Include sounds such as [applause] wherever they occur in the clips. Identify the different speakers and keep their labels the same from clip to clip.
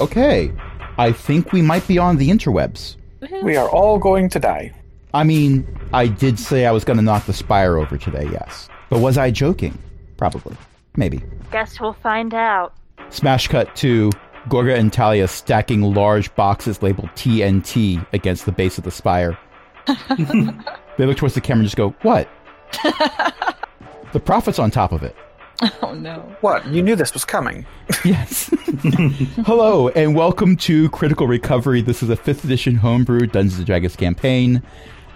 Speaker 1: Okay. I think we might be on the interwebs.
Speaker 2: We are all going to die.
Speaker 1: I mean, I did say I was going to knock the spire over today, yes. But was I joking? Probably. Maybe.
Speaker 3: Guess we'll find out.
Speaker 1: Smash cut to Gorga and Talia stacking large boxes labeled TNT against the base of the spire. they look towards the camera and just go, What? the prophet's on top of it.
Speaker 4: Oh no.
Speaker 2: What? You knew this was coming.
Speaker 1: Yes. [laughs] Hello, and welcome to Critical Recovery. This is a 5th edition homebrew Dungeons & Dragons campaign.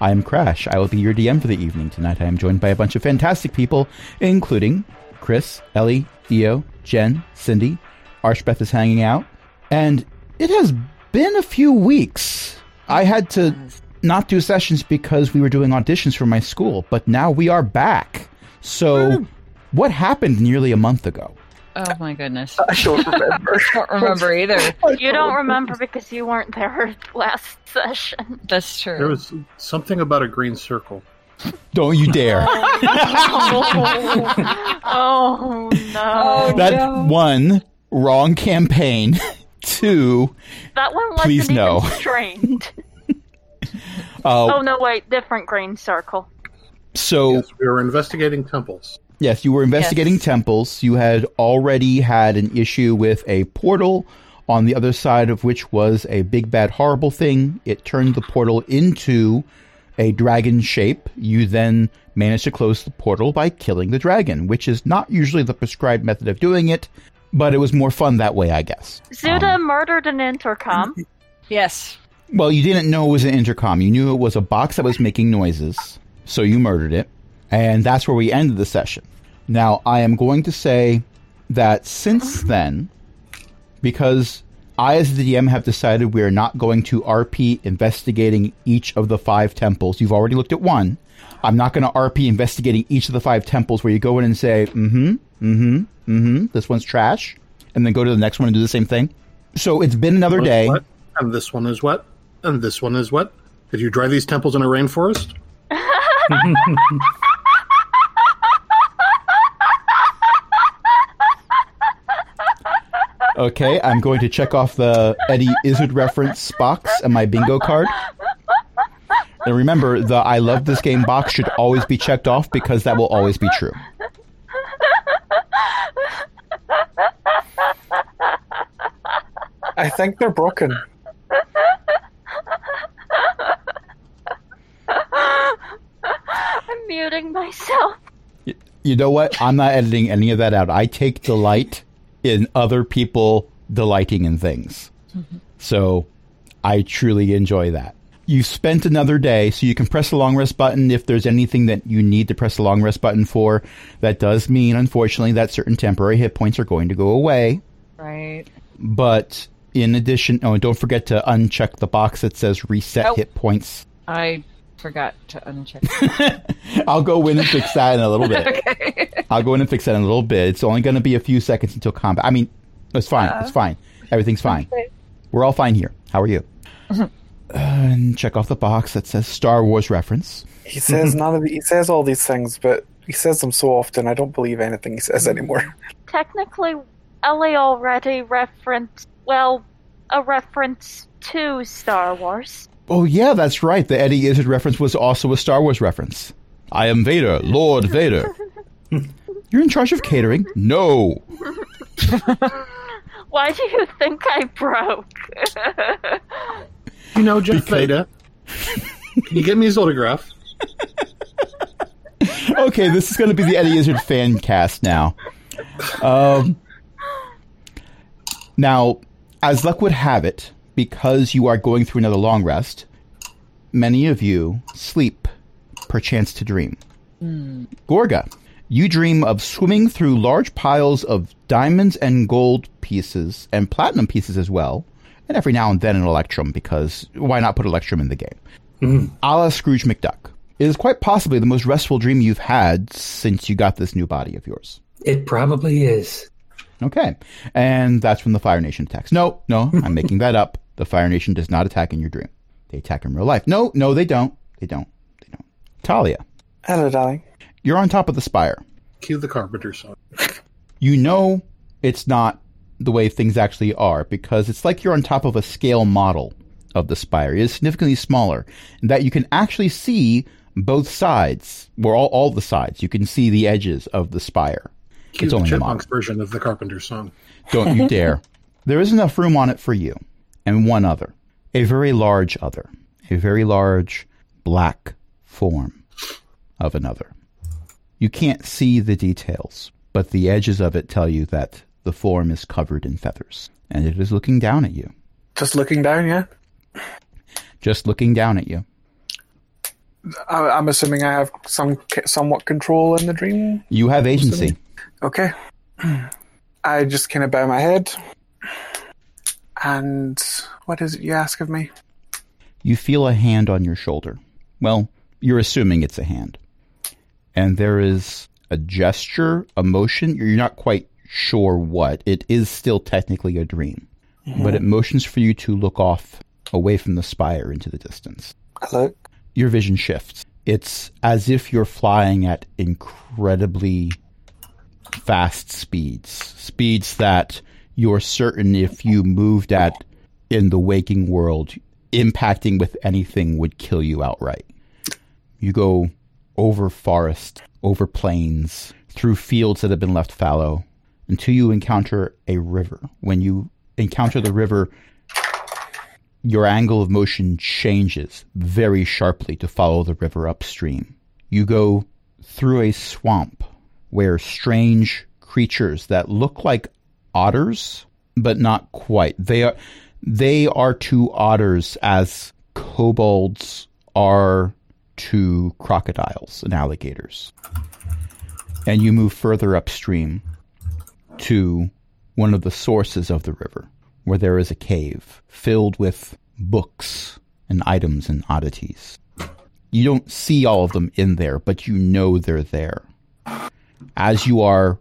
Speaker 1: I am Crash. I will be your DM for the evening. Tonight I am joined by a bunch of fantastic people, including Chris, Ellie, Theo, Jen, Cindy. Archbeth is hanging out. And it has been a few weeks. I had to not do sessions because we were doing auditions for my school, but now we are back. So, what happened nearly a month ago?
Speaker 4: Oh my [laughs] goodness.
Speaker 2: I don't remember.
Speaker 4: I don't remember either.
Speaker 3: You don't remember because you weren't there [laughs] last session.
Speaker 4: That's true.
Speaker 5: There was something about a green circle.
Speaker 1: Don't you dare.
Speaker 3: [laughs] Oh no.
Speaker 1: That's
Speaker 4: no.
Speaker 1: one, wrong campaign. [laughs] Two,
Speaker 3: That one wasn't
Speaker 1: Please
Speaker 3: even
Speaker 1: no. [laughs]
Speaker 3: trained.
Speaker 1: uh,
Speaker 3: Oh no, wait, different green circle.
Speaker 1: so
Speaker 5: Yes, we were investigating temples.
Speaker 1: Yes, you were investigating
Speaker 4: Yes.
Speaker 1: temples. You had already had an issue with a portal on the other side of which was a big, bad, horrible thing. It turned the portal into a dragon shape. You then managed to close the portal by killing the dragon, which is not usually the prescribed method of doing it, but it was more fun that way, I guess.
Speaker 3: Zuda
Speaker 1: um,
Speaker 3: murdered an intercom.
Speaker 4: Yes.
Speaker 1: Well, you didn't know it was an intercom. You knew it was a box that was making noises, so you murdered it. And that's where we ended the session. Now, I am going to say that since then, because I, as the DM, have decided we are not going to RP investigating each of the five temples. You've already looked at one. I'm not going to RP investigating each of the five temples where you go in and say, mm hmm, mm hmm, mm hmm, this one's trash, and then go to the next one and do the same thing. So it's been another
Speaker 5: One is
Speaker 1: day.
Speaker 5: wet, and this one is wet, and this one is wet. Did you drive these temples in a rainforest?
Speaker 1: Okay, I'm going to check off the Eddie Izzard reference box on my bingo card. And remember, the I love this game box should always be checked off because that will always be true.
Speaker 2: [laughs] I think they're broken.
Speaker 3: I'm muting myself.
Speaker 1: You know what? I'm not editing any of that out. I take delight in other people delighting in things. So I truly enjoy that. You spent another day, so you can press the long rest button if there's anything that you need to press the long rest button for. That does mean, unfortunately, that certain temporary hit points are going to go away.
Speaker 4: Right.
Speaker 1: But in addition, oh, and don't forget to uncheck the box that says reset
Speaker 4: Oh.
Speaker 1: hit points.
Speaker 4: I forgot to uncheck. [laughs]
Speaker 1: I'll go in and fix that in a little bit. I'll go in and fix that in a little bit. It's only going to be a few seconds until combat. I mean, it's fine. it's fine. Everything's fine. We're all fine here. How are you? Uh, and check off the box that says Star Wars reference.
Speaker 2: He says none of the, he says all these things, but he says them so often I don't believe anything he says anymore.
Speaker 3: Technically, Ellie already referenced, well, a reference to Star Wars.
Speaker 1: Oh yeah, that's right. The Eddie Izzard reference was also a Star Wars reference. I am Vader, Lord Vader. You're in charge of catering? No.
Speaker 3: Why do you think I broke? [laughs]
Speaker 5: You know, Jeff
Speaker 1: Because-
Speaker 5: Veda. Can you get me his autograph?
Speaker 1: okay, this is going to be the Eddie Izzard fan cast now. Um, now, as luck would have it, because you are going through another long rest, many of you sleep, perchance to dream. Gorga, you dream of swimming through large piles of diamonds and gold pieces, and platinum pieces as well, and every now and then an electrum, because why not put electrum in the game? a la Scrooge McDuck. It is quite possibly the most restful dream you've had since you got this new body of yours.
Speaker 6: It probably is.
Speaker 1: Okay. And that's when the Fire Nation attacks. No, no, I'm making that up. The Fire Nation does not attack in your dream. They attack in real life. No, no, they don't. They don't. They don't. Talia,
Speaker 2: [laughs] Hello, darling.
Speaker 1: you're on top of the spire.
Speaker 5: Cue the carpenter song.
Speaker 1: You know it's not the way things actually are because it's like you're on top of a scale model of the spire. It is significantly smaller, and that you can actually see both sides, or all, all the sides. You can see the edges of the spire.
Speaker 5: Cue
Speaker 1: it's
Speaker 5: the
Speaker 1: only a model.
Speaker 5: Chipmunks version of the Carpenter song.
Speaker 1: Don't you dare. There is enough room on it for you and one other, a very large other, a very large black form of another. You can't see the details, but the edges of it tell you that the form is covered in feathers and it is looking down at you,
Speaker 2: Just looking down, yeah?
Speaker 1: just looking down at you.
Speaker 2: I, I'm assuming I have some c- somewhat control in the dream.
Speaker 1: You have agency.
Speaker 2: Okay. [clears throat] I just kind of bow my head. And what is it you ask of me?
Speaker 1: You feel a hand on your shoulder. Well, you're assuming it's a hand. And there is a gesture, a motion. You're not quite sure what. It is still technically a dream. But it motions for you to look off away from the spire into the distance.
Speaker 2: Hello?
Speaker 1: Your vision shifts. It's as if you're flying at incredibly fast speeds, speeds that you're certain if you moved at in the waking world, impacting with anything would kill you outright. You go over forest, over plains, through fields that have been left fallow, until you encounter a river. When you encounter the river, your angle of motion changes very sharply to follow the river upstream. You go through a swamp where strange creatures that look like otters, but not quite. They are they are to otters as kobolds are to crocodiles and alligators. And you move further upstream to one of the sources of the river, where there is a cave filled with books and items and oddities. You don't see all of them in there, but you know they're there. As you are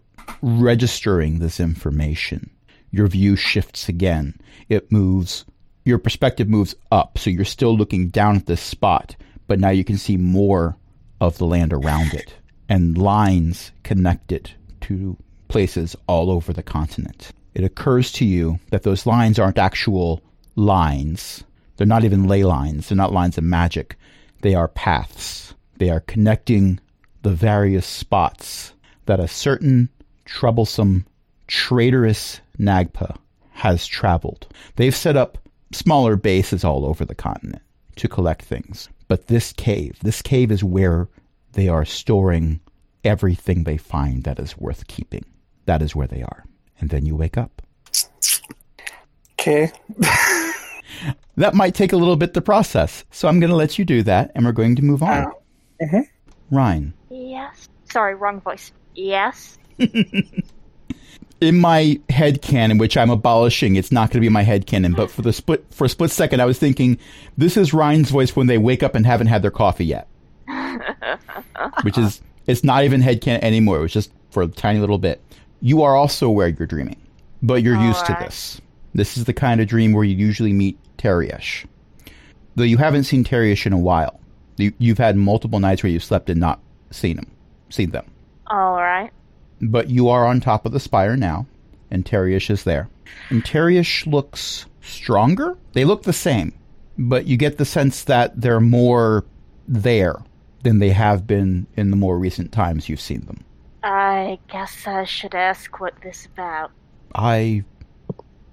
Speaker 1: registering this information, your view shifts again. It moves, your perspective moves up, so you're still looking down at this spot, but now you can see more of the land around it and lines connected to places all over the continent. It occurs to you that those lines aren't actual lines. They're not even ley lines. They're not lines of magic. They are paths. They are connecting the various spots that a certain troublesome, traitorous Nagpa has traveled. They've set up smaller bases all over the continent to collect things. But this cave, this cave is where they are storing everything they find that is worth keeping. That is where they are. And then you wake up.
Speaker 2: Okay.
Speaker 1: That might take a little bit to process. So I'm going to let you do that and we're going to move on. Ryan,
Speaker 3: Yes. Sorry, wrong voice. Yes.
Speaker 1: in my head canon, which I'm abolishing, it's not going to be my head canon. But for the split for a split second, I was thinking this is Ryan's voice when they wake up and haven't had their coffee yet, which is it's not even head canon anymore. It was just for a tiny little bit. You are also aware you're dreaming, but you're used to
Speaker 3: Alright.
Speaker 1: this. This is the kind of dream where you usually meet Teriesh, though you haven't seen Teriesh in a while. You, you've had multiple nights where you slept and not seen him, seen them
Speaker 3: All right.
Speaker 1: but you are on top of the spire now, and Teriush is there. And Teriush looks stronger. They look the same, but you get the sense that they're more there than they have been in the more recent times you've seen them.
Speaker 3: I guess I should ask what this about.
Speaker 1: I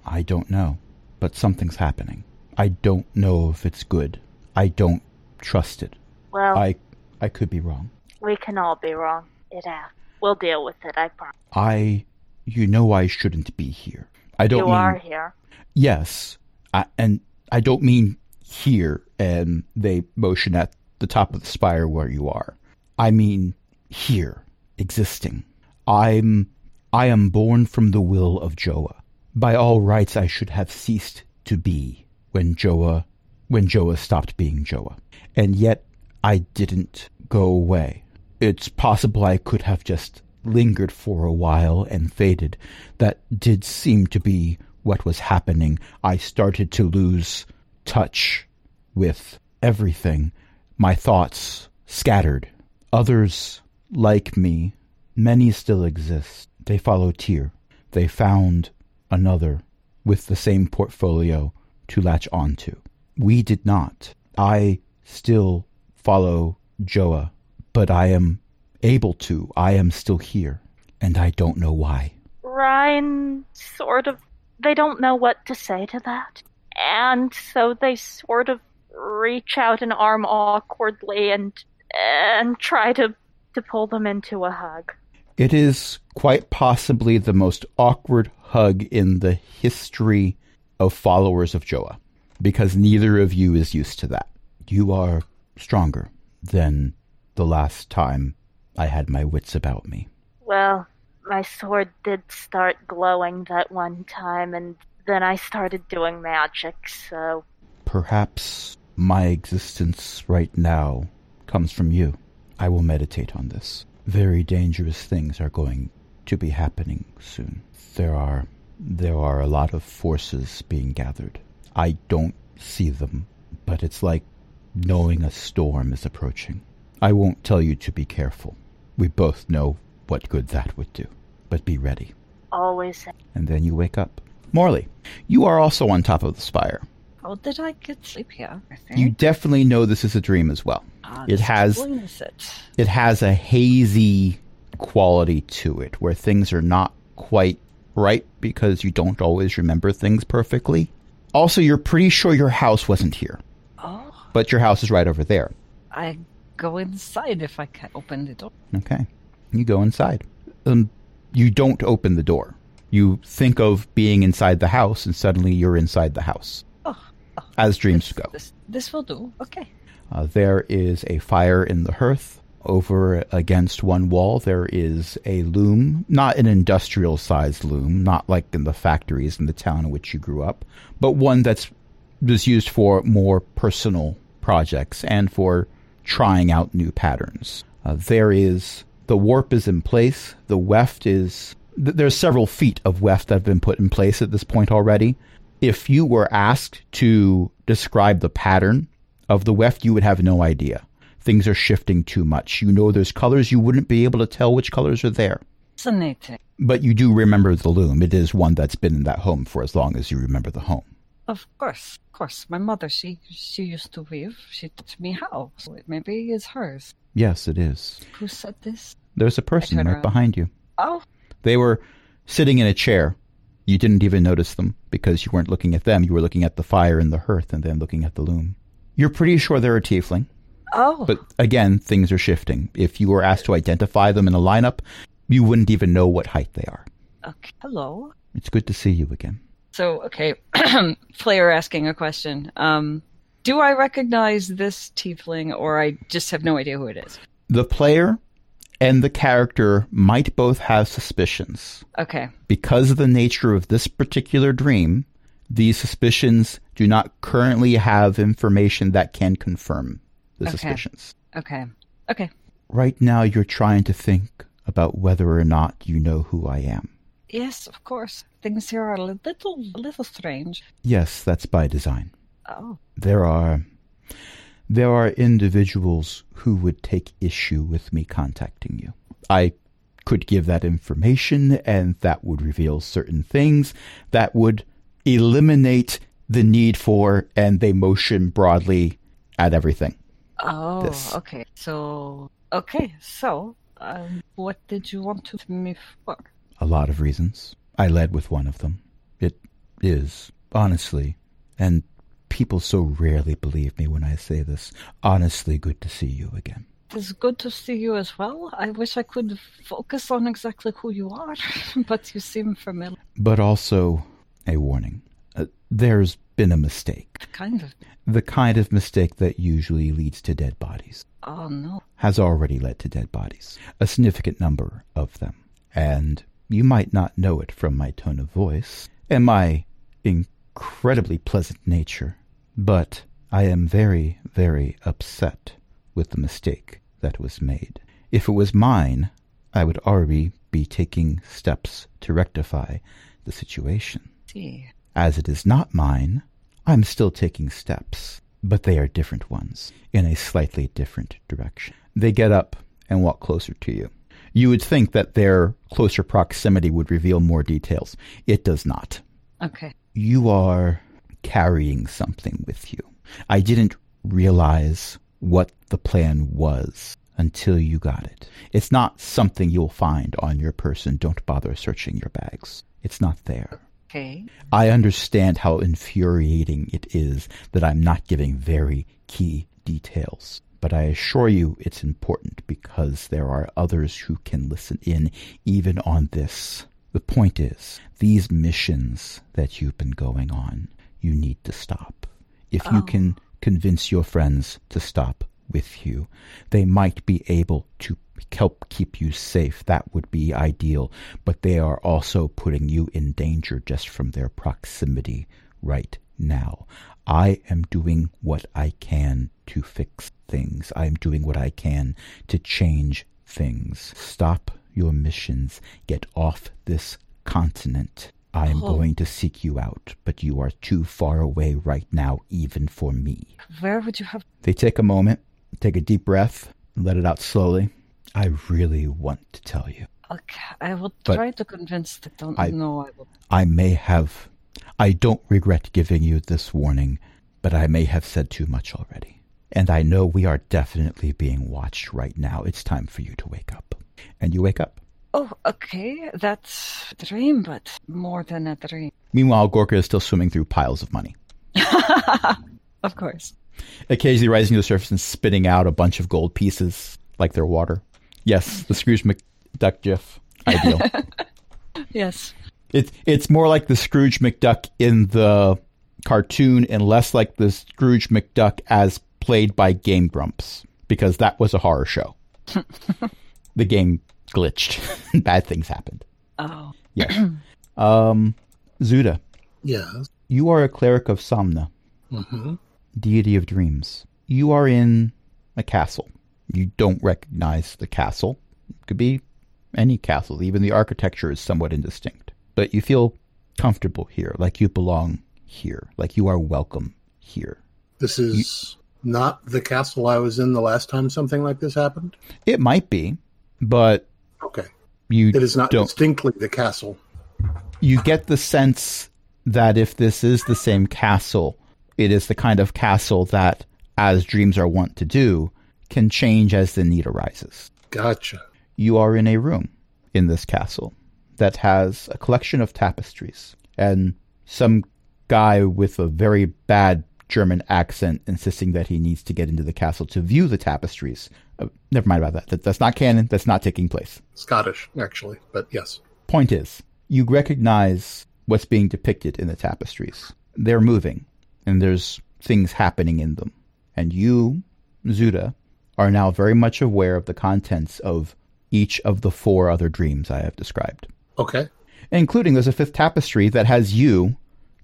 Speaker 1: I don't know, but something's happening. I don't know if it's good. I don't trust it.
Speaker 3: Well,
Speaker 1: I I could be wrong.
Speaker 3: we can all be wrong. It happens. We'll deal with it. I promise.
Speaker 1: I you know I shouldn't be here. I don't
Speaker 3: You
Speaker 1: mean
Speaker 3: are here.
Speaker 1: Yes, I, and I don't mean here. And they motion at the top of the spire where you are. I mean here, existing. I'm, I am born from the will of Joa. By all rights, I should have ceased to be when Joa, when Joa stopped being Joa, and yet I didn't go away. It's possible I could have just lingered for a while and faded. That did seem to be what was happening. I started to lose touch with everything. My thoughts scattered. Others like me, many still exist. They follow Tyr. They found another with the same portfolio to latch onto. We did not. I still follow Joa, but I am able to. I am still here, and I don't know why.
Speaker 3: Ryan sort of they don't know what to say to that. And so they sort of reach out an arm awkwardly and and try to to pull them into a hug.
Speaker 1: It is quite possibly the most awkward hug in the history of followers of Joa, because neither of you is used to that. You are stronger than the last time I had my wits about me.
Speaker 3: Well, my sword did start glowing that one time and then I started doing magic, so
Speaker 1: Perhaps my existence right now comes from you. I will meditate on this. Very dangerous things are going to be happening soon. There are there are a lot of forces being gathered. I don't see them, but it's like knowing a storm is approaching. I won't tell you to be careful. We both know what good that would do, but be ready.
Speaker 3: always
Speaker 1: And then you wake up. Morley, you are also on top of the spire.
Speaker 4: Oh, did I get sleep here? I think.
Speaker 1: You definitely know this is a dream as well.
Speaker 4: Ah,
Speaker 1: it
Speaker 4: this
Speaker 1: has-
Speaker 4: explains it.
Speaker 1: it has a hazy quality to it where things are not quite right because you don't always remember things perfectly. Also, you're pretty sure your house wasn't here,
Speaker 4: Oh,
Speaker 1: but your house is right over there.
Speaker 4: I go inside if I can open the door.
Speaker 1: Okay. You go inside. Um, you don't open the door. You think of being inside the house, and suddenly you're inside the house,
Speaker 4: Oh, oh
Speaker 1: as dreams
Speaker 4: this,
Speaker 1: go.
Speaker 4: This, this will do. Okay.
Speaker 1: Uh, there is a fire in the hearth. Over against one wall, there is a loom, not an industrial sized loom, not like in the factories in the town in which you grew up, but one that's just used for more personal projects and for trying out new patterns. Uh, there is the warp is in place, the weft is. Th- there's several feet of weft that have been put in place at this point already. If you were asked to describe the pattern, of the weft, you would have no idea. Things are shifting too much. You know there's colors, you wouldn't be able to tell which colors are there.
Speaker 4: Fascinating.
Speaker 1: But you do remember the loom. It is one that's been in that home for as long as you remember the home.
Speaker 4: Of course, of course. My mother, she she used to weave. She taught me how. So it maybe is hers.
Speaker 1: Yes, it is.
Speaker 4: Who said this?
Speaker 1: There's a person
Speaker 4: turn
Speaker 1: right
Speaker 4: around.
Speaker 1: behind you.
Speaker 4: Oh,
Speaker 1: They were sitting in a chair. You didn't even notice them because you weren't looking at them. You were looking at the fire in the hearth and then looking at the loom. You're pretty sure they're a tiefling.
Speaker 4: oh.
Speaker 1: But again, things are shifting. If you were asked to identify them in a lineup, you wouldn't even know what height they are.
Speaker 4: okay. Hello.
Speaker 1: It's good to see you again.
Speaker 4: So okay, [clears throat] player asking a question. Um, do I recognize this tiefling, or I just have no idea who it is?
Speaker 1: the player and the character might both have suspicions.
Speaker 4: Okay.
Speaker 1: Because of the nature of this particular dream, these suspicions do not currently have information that can confirm the
Speaker 4: Okay.
Speaker 1: suspicions.
Speaker 4: Okay. Okay.
Speaker 1: Right now, you're trying to think about whether or not you know who I am.
Speaker 4: Yes, of course. Things here are a little, a little strange.
Speaker 1: Yes, that's by design.
Speaker 4: Oh,
Speaker 1: There are. There are individuals who would take issue with me contacting you. I could give that information and that would reveal certain things that would eliminate the need for and they motion broadly at everything.
Speaker 4: oh,
Speaker 1: This.
Speaker 4: okay. So, okay. So, um, what did you want to me for?
Speaker 1: A lot of reasons. I led with one of them. It is, honestly, and people so rarely believe me when I say this, honestly good to see you again.
Speaker 4: It's good to see you as well. I wish I could focus on exactly who you are, [laughs] but you seem familiar.
Speaker 1: but also a warning. Uh, there's been a mistake.
Speaker 4: Kind of.
Speaker 1: The kind of mistake that usually leads to dead bodies
Speaker 4: Oh no.
Speaker 1: has already led to dead bodies, a significant number of them. And you might not know it from my tone of voice and my incredibly pleasant nature, but I am very, very upset with the mistake that was made. If it was mine, I would already be taking steps to rectify the situation.
Speaker 4: See.
Speaker 1: As it is not mine, I'm still taking steps, but they are different ones, in a slightly different direction. They get up and walk closer to you. You would think that their closer proximity would reveal more details. It does not.
Speaker 4: Okay.
Speaker 1: You are carrying something with you. I didn't realize what the plan was until you got it. It's not something you'll find on your person. Don't bother searching your bags. It's not there.
Speaker 4: Okay.
Speaker 1: I understand how infuriating it is that I'm not giving very key details, but I assure you it's important because there are others who can listen in even on this. The point is, these missions that you've been going on, you need to stop. If you
Speaker 4: Oh.
Speaker 1: can convince your friends to stop with you, they might be able to help keep you safe. That would be ideal. But they are also putting you in danger just from their proximity right now. I am doing what I can to fix things. I am doing what I can to change things. Stop your missions. Get off this continent. I am
Speaker 4: Oh.
Speaker 1: going to seek you out, but you are too far away right now, even for me.
Speaker 4: Where would you have?
Speaker 1: They take a moment, take a deep breath, and let it out slowly. I really want to tell you.
Speaker 4: Okay. I will
Speaker 1: But-
Speaker 4: try to convince the don't
Speaker 1: I-
Speaker 4: know. I will.
Speaker 1: I may have. I don't regret giving you this warning, but I may have said too much already. And I know we are definitely being watched right now. It's time for you to wake up. And you wake up.
Speaker 4: Oh, okay. That's a dream, but more than a dream.
Speaker 1: Meanwhile, Gorka is still swimming through piles of money,
Speaker 4: of course.
Speaker 1: occasionally rising to the surface and spitting out a bunch of gold pieces like they're water. Yes, the Scrooge McDuck GIF. Ideal.
Speaker 4: Yes.
Speaker 1: It's it's more like the Scrooge McDuck in the cartoon and less like the Scrooge McDuck as played by Game Grumps because that was a horror show. the game glitched. [laughs] Bad things happened.
Speaker 4: Oh.
Speaker 1: Yes. um Zuda,
Speaker 5: Yes.
Speaker 1: you are a cleric of Somna,
Speaker 5: hmm
Speaker 1: deity of dreams. You are in a castle. You don't recognize the castle. It could be any castle. Even the architecture is somewhat indistinct. But you feel comfortable here, like you belong here, like you are welcome here.
Speaker 5: This is not the castle I was in the last time something like this happened.
Speaker 1: It might be, but
Speaker 5: Okay.
Speaker 1: you
Speaker 5: It is not
Speaker 1: don't.
Speaker 5: distinctly the castle.
Speaker 1: You get the sense that if this is the same castle, it is the kind of castle that, as dreams are wont to do, can change as the need arises.
Speaker 5: Gotcha.
Speaker 1: you are in a room in this castle that has a collection of tapestries and some guy with a very bad German accent insisting that he needs to get into the castle to view the tapestries. Uh, never mind about that. that. That's not canon. That's not taking place.
Speaker 5: Scottish, actually, but yes.
Speaker 1: Point is, you recognize what's being depicted in the tapestries. They're moving, and there's things happening in them. And you, Zuda, are now very much aware of the contents of each of the four other dreams I have described,
Speaker 5: Okay.
Speaker 1: including there's a fifth tapestry that has you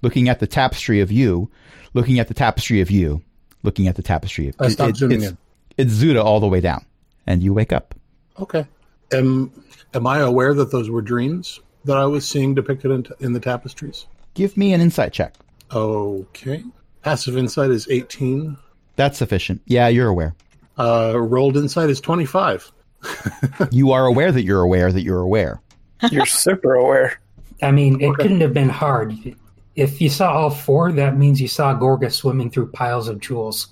Speaker 1: looking at the tapestry of you, looking at the tapestry of you, looking at the tapestry of
Speaker 5: I stopped zooming
Speaker 1: it's,
Speaker 5: in.
Speaker 1: It's Zuda all the way down, and you wake up.
Speaker 5: Okay. Am am I aware that those were dreams that I was seeing depicted in, in the tapestries?
Speaker 1: Give me an insight check.
Speaker 5: Okay. Passive insight is 18.
Speaker 1: That's sufficient. Yeah, you're aware.
Speaker 5: Uh, rolled insight is 25.
Speaker 1: you are aware that you're aware that you're aware.
Speaker 2: [laughs] You're super aware.
Speaker 6: I mean, it couldn't have been hard. If you saw all four, that means you saw Gorga swimming through piles of jewels.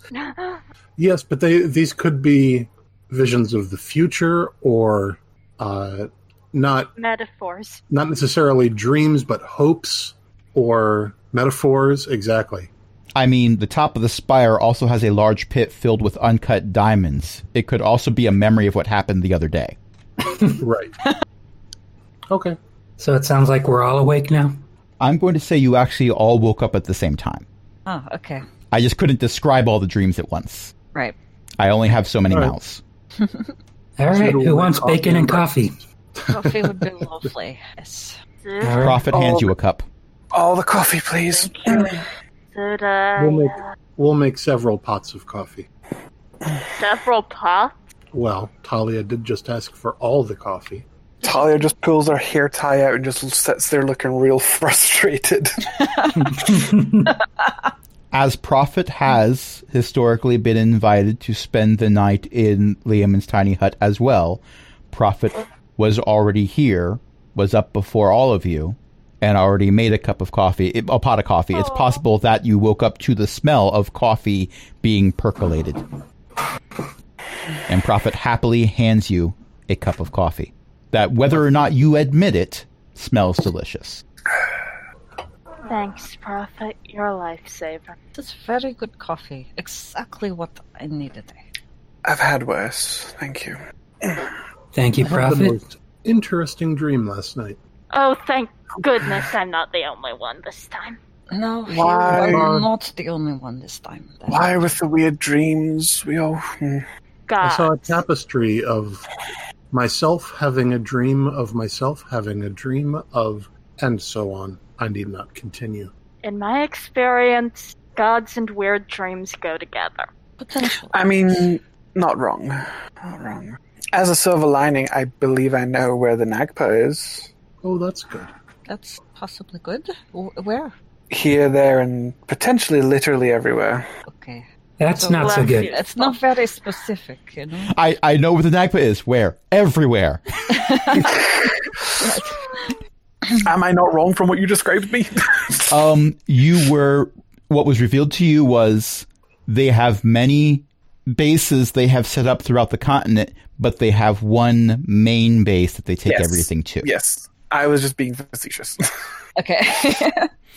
Speaker 5: Yes, but they these could be visions of the future or uh, not
Speaker 3: Metaphors.
Speaker 5: not necessarily dreams, but hopes or metaphors. Exactly.
Speaker 1: I mean, the top of the spire also has a large pit filled with uncut diamonds. It could also be a memory of what happened the other day.
Speaker 5: Right. okay.
Speaker 6: So it sounds like we're all awake now.
Speaker 1: I'm going to say you actually all woke up at the same time.
Speaker 4: Oh, okay.
Speaker 1: I just couldn't describe all the dreams at once.
Speaker 4: Right.
Speaker 1: I only have so many
Speaker 5: All right.
Speaker 1: mouths.
Speaker 6: All right,
Speaker 5: Noodle
Speaker 6: who wants
Speaker 5: coffee
Speaker 6: bacon and
Speaker 5: and
Speaker 6: coffee?
Speaker 4: Coffee would
Speaker 1: [laughs]
Speaker 4: be lovely. Yes.
Speaker 6: All right.
Speaker 1: Prophet hands
Speaker 2: Oh.
Speaker 1: you a cup.
Speaker 2: All the coffee, please.
Speaker 3: Zuda,
Speaker 5: We'll make we'll make several pots of coffee.
Speaker 3: several pots.
Speaker 5: Well, Talia did just ask for all the coffee.
Speaker 2: Talia just pulls her hair tie out and just sits there looking real [laughs] frustrated.
Speaker 1: As Prophet has historically been invited to spend the night in Liamon's tiny hut as well, prophet was already here, was up before all of you, and already made a cup of coffee, a pot of coffee. It's
Speaker 3: Aw.
Speaker 1: possible that you woke up to the smell of coffee being percolated. And prophet happily hands you a cup of coffee that, whether or not you admit it, smells delicious.
Speaker 3: Thanks, Prophet. You're a lifesaver.
Speaker 4: It's very good coffee. Exactly what I needed.
Speaker 2: I've had worse. Thank you.
Speaker 6: Thank you,
Speaker 5: The
Speaker 6: Prophet.
Speaker 5: most interesting dream last night.
Speaker 3: Oh, thank goodness I'm not the only one this time.
Speaker 4: No, you
Speaker 2: Why?
Speaker 4: are not the only one this time.
Speaker 2: Why with the weird dreams? We all. hmm.
Speaker 3: God.
Speaker 5: I saw a tapestry of myself having a dream of myself having a dream of, and so on. I need not continue.
Speaker 3: In my experience, gods and weird dreams go together.
Speaker 4: Potential.
Speaker 2: I mean, not wrong. Not wrong. As a silver lining, I believe I know where the Nagpa is.
Speaker 5: Oh, that's good.
Speaker 4: That's possibly good. W- Where?
Speaker 2: Here, there, and potentially literally everywhere.
Speaker 4: Okay.
Speaker 6: That's not so
Speaker 3: Bless
Speaker 6: good.
Speaker 3: you.
Speaker 4: It's not very specific, you know.
Speaker 1: I, I know where the Nagpa is. Where? Everywhere.
Speaker 2: Am I not wrong from what you described me?
Speaker 1: Um, you were what was revealed to you was they have many bases they have set up throughout the continent, but they have one main base that they take
Speaker 2: Yes.
Speaker 1: everything to.
Speaker 2: yes. I was just being facetious. [laughs]
Speaker 4: Okay. [laughs]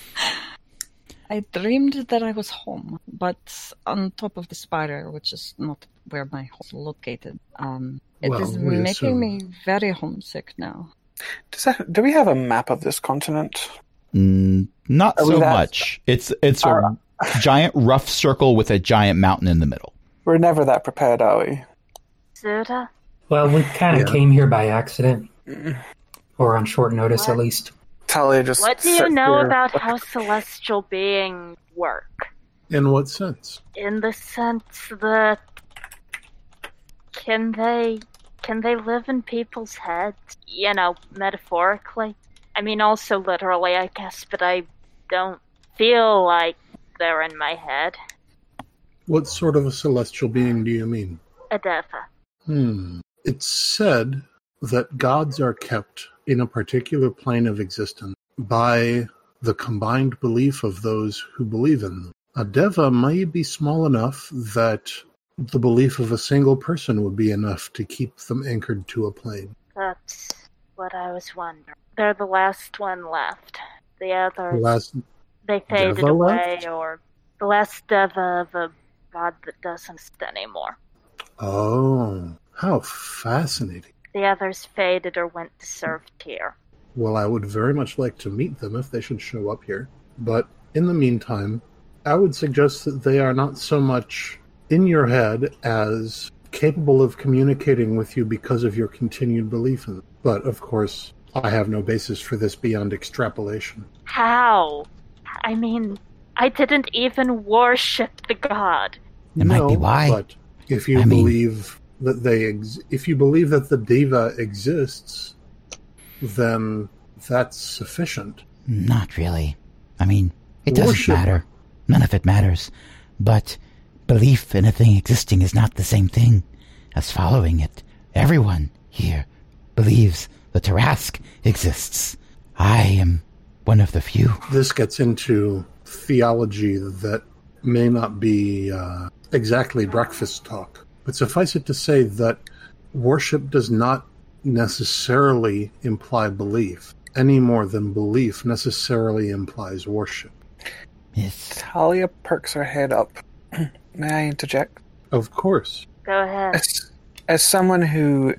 Speaker 4: I dreamed that I was home, but on top of the spider, which is not where my home is located. Um, it is
Speaker 5: Well, we
Speaker 4: making
Speaker 5: assume.
Speaker 4: me very homesick now.
Speaker 2: Does that, do we have a map of this continent?
Speaker 1: Mm, not
Speaker 2: Are Uh, we
Speaker 1: so
Speaker 2: that-
Speaker 1: much. It's it's a giant rough circle with a giant mountain in the middle.
Speaker 2: We're never that prepared, are we?
Speaker 3: Zuda,
Speaker 6: Well, we kind of
Speaker 5: Yeah.
Speaker 6: came here by accident, or on short notice, at least.
Speaker 2: Talia just.
Speaker 3: what do you
Speaker 2: sits
Speaker 3: know
Speaker 2: there.
Speaker 3: about how celestial beings work?
Speaker 5: In what sense?
Speaker 3: In the sense that can they can they live in people's heads? You know, metaphorically. I mean, also literally, I guess. But I don't feel like they're in my head.
Speaker 5: What sort of a celestial being do you mean?
Speaker 3: Adeva.
Speaker 5: Hmm. It's said that gods are kept in a particular plane of existence by the combined belief of those who believe in them. A deva may be small enough that the belief of a single person would be enough to keep them anchored to a plane.
Speaker 3: That's what I was wondering. They're the last one left. The others,
Speaker 5: Last,
Speaker 3: they faded
Speaker 5: Deva
Speaker 3: away,
Speaker 5: left?
Speaker 3: or the last Deva of a god that doesn't exist anymore.
Speaker 5: oh, how fascinating!
Speaker 3: The others faded or went to serve tier.
Speaker 5: Well, I would very much like to meet them if they should show up here. But in the meantime, I would suggest that they are not so much in your head as capable of communicating with you because of your continued belief in them. But of course, I have no basis for this beyond extrapolation.
Speaker 3: How? I mean, I didn't even worship the god.
Speaker 1: It might be why.
Speaker 5: But if you
Speaker 1: I mean-
Speaker 5: believe that they ex- if you believe that the diva exists, then that's sufficient.
Speaker 1: Not really. I mean, it doesn't
Speaker 5: Worship.
Speaker 1: matter. None of it matters. But belief in a thing existing is not the same thing as following it. Everyone here believes the Tarask exists. I am one of the few.
Speaker 5: this gets into theology that may not be uh, exactly breakfast talk, but suffice it to say that worship does not necessarily imply belief any more than belief necessarily implies worship.
Speaker 1: Yes.
Speaker 2: Talia perks her head up. [clears throat] May I interject?
Speaker 5: Of course,
Speaker 3: Go ahead.
Speaker 2: As, as someone who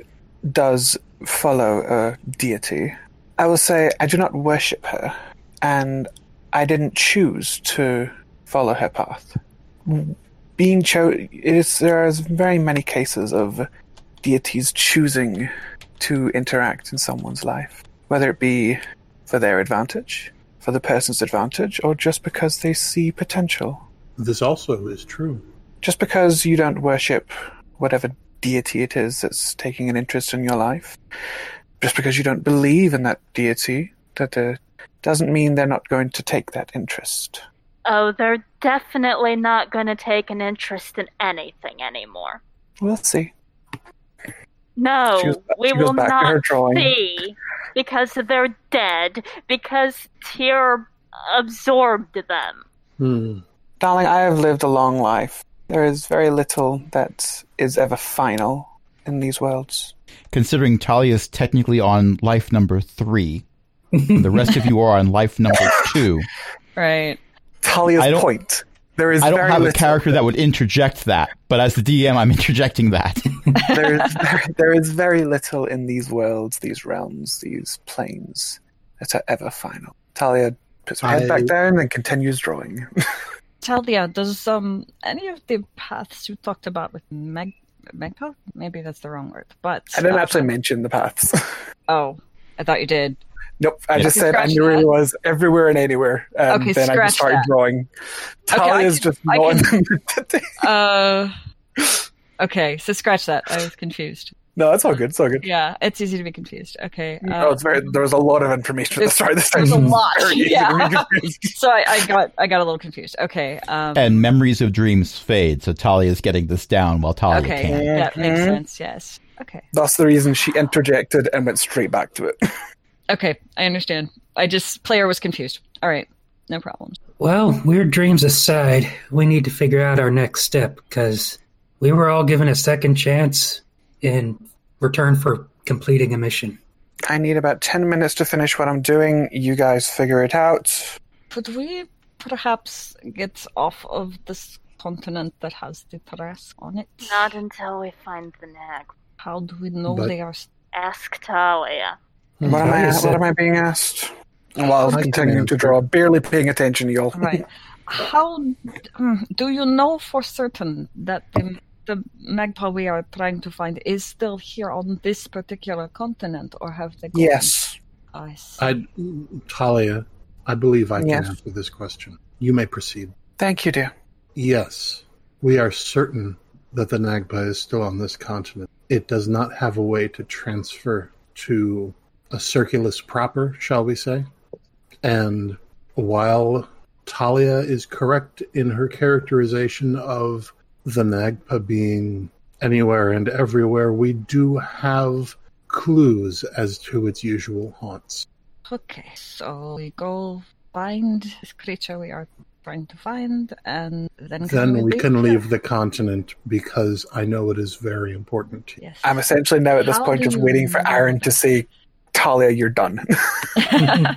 Speaker 2: does follow a deity, I will say I do not worship her, and I didn't choose to follow her path. Being chosen, there are very many cases of deities choosing to interact in someone's life, whether it be for their advantage, for the person's advantage, or just because they see potential
Speaker 5: this also is true.
Speaker 2: just because you don't worship whatever deity it is that's taking an interest in your life, just because you don't believe in that deity, that uh, doesn't mean they're not going to take that interest.
Speaker 3: Oh, they're definitely not going to take an interest in anything anymore.
Speaker 2: We'll see.
Speaker 3: No,
Speaker 2: She goes back-
Speaker 3: we
Speaker 2: she goes
Speaker 3: will
Speaker 2: back to her
Speaker 3: not
Speaker 2: drawing.
Speaker 3: see because they're dead because Tyr absorbed them.
Speaker 5: Hmm.
Speaker 2: Darling, I have lived a long life. There is very little that is ever final in these worlds.
Speaker 1: Considering Talia's technically on life number three, and the rest of you are on life number two. I
Speaker 4: Right.
Speaker 2: Talia's
Speaker 1: don't-
Speaker 2: point. There is
Speaker 1: I don't
Speaker 2: very
Speaker 1: have a
Speaker 2: little-
Speaker 1: character that would interject that, but as the DM, I'm [laughs] interjecting that.
Speaker 2: there, is, there is very [laughs] little in these worlds, these realms, these planes that are ever final. Talia puts her head
Speaker 5: I-
Speaker 2: back down and continues drawing.
Speaker 4: Talia, does um any of the paths you talked about with Meg Megpath? Maybe that's the wrong word. But
Speaker 2: I didn't
Speaker 4: uh,
Speaker 2: actually mention the paths. [laughs]
Speaker 4: Oh. I thought you did.
Speaker 2: nope, I
Speaker 1: Yeah.
Speaker 2: just
Speaker 4: You
Speaker 2: said I
Speaker 4: scratched
Speaker 2: knew where it
Speaker 4: that?
Speaker 2: was everywhere and anywhere. And
Speaker 4: Okay,
Speaker 2: then I
Speaker 4: scratch
Speaker 2: just started
Speaker 4: that.
Speaker 2: drawing.
Speaker 4: Okay, I
Speaker 2: Talia's
Speaker 4: can-
Speaker 2: just
Speaker 4: I
Speaker 2: not.
Speaker 4: Uh Okay, so scratch that. I was confused.
Speaker 2: [laughs] no, it's all good. It's all good.
Speaker 4: Yeah, it's easy to be confused. Okay.
Speaker 2: No, it's very, there was a lot of information at the
Speaker 4: There's-
Speaker 2: start of this
Speaker 4: there's a
Speaker 2: session.
Speaker 4: lot,
Speaker 2: [laughs] Very easy to
Speaker 4: yeah.
Speaker 2: be confused.
Speaker 4: so I, I got I got a little confused. Okay. Um,
Speaker 1: and memories of dreams fade, so Talia's getting this down while Talia
Speaker 4: okay,
Speaker 1: can.
Speaker 4: that makes
Speaker 2: Mhm.
Speaker 4: sense. Yes. Okay.
Speaker 2: That's the reason she interjected and went straight back to it.
Speaker 4: Okay, I understand. I just player was confused. All right, no problem.
Speaker 6: Well, weird dreams aside, we need to figure out our next step because we were all given a second chance in return for completing a mission.
Speaker 2: I need about 10 minutes to finish what I'm doing. You guys figure it out.
Speaker 4: Could we perhaps get off of this continent that has the terrace on it?
Speaker 3: Not until we find the nag.
Speaker 4: How do we know
Speaker 5: But-
Speaker 4: they are? s-
Speaker 3: Ask Talia.
Speaker 2: What am I?
Speaker 6: Yes,
Speaker 2: What
Speaker 6: sir.
Speaker 2: am I being asked? While
Speaker 5: I can
Speaker 2: continuing to
Speaker 5: answer.
Speaker 2: draw, barely paying attention to y'all.
Speaker 4: Right. How mm, do you know for certain that the the magpie we are trying to find is still here on this particular continent, or have they? gone?
Speaker 2: Yes.
Speaker 4: I see.
Speaker 5: I, Talia, I believe I can
Speaker 2: Yes.
Speaker 5: answer this question. You may proceed.
Speaker 2: Thank you, dear.
Speaker 5: Yes, we are certain that the Nagpa is still on this continent. It does not have a way to transfer to a circulus proper, shall we say. And while Talia is correct in her characterization of the Nagpa being anywhere and everywhere, we do have clues as to its usual haunts.
Speaker 4: Okay, so we go find this creature we are trying to find, and then can
Speaker 5: Then we can
Speaker 4: here?
Speaker 5: leave the continent because I know it is very important to you.
Speaker 4: Yes.
Speaker 2: I'm essentially now at this
Speaker 4: How
Speaker 2: point
Speaker 4: do
Speaker 2: just
Speaker 4: you
Speaker 2: waiting for
Speaker 4: know?
Speaker 2: Aaron to say, "Talia, you're done." [laughs]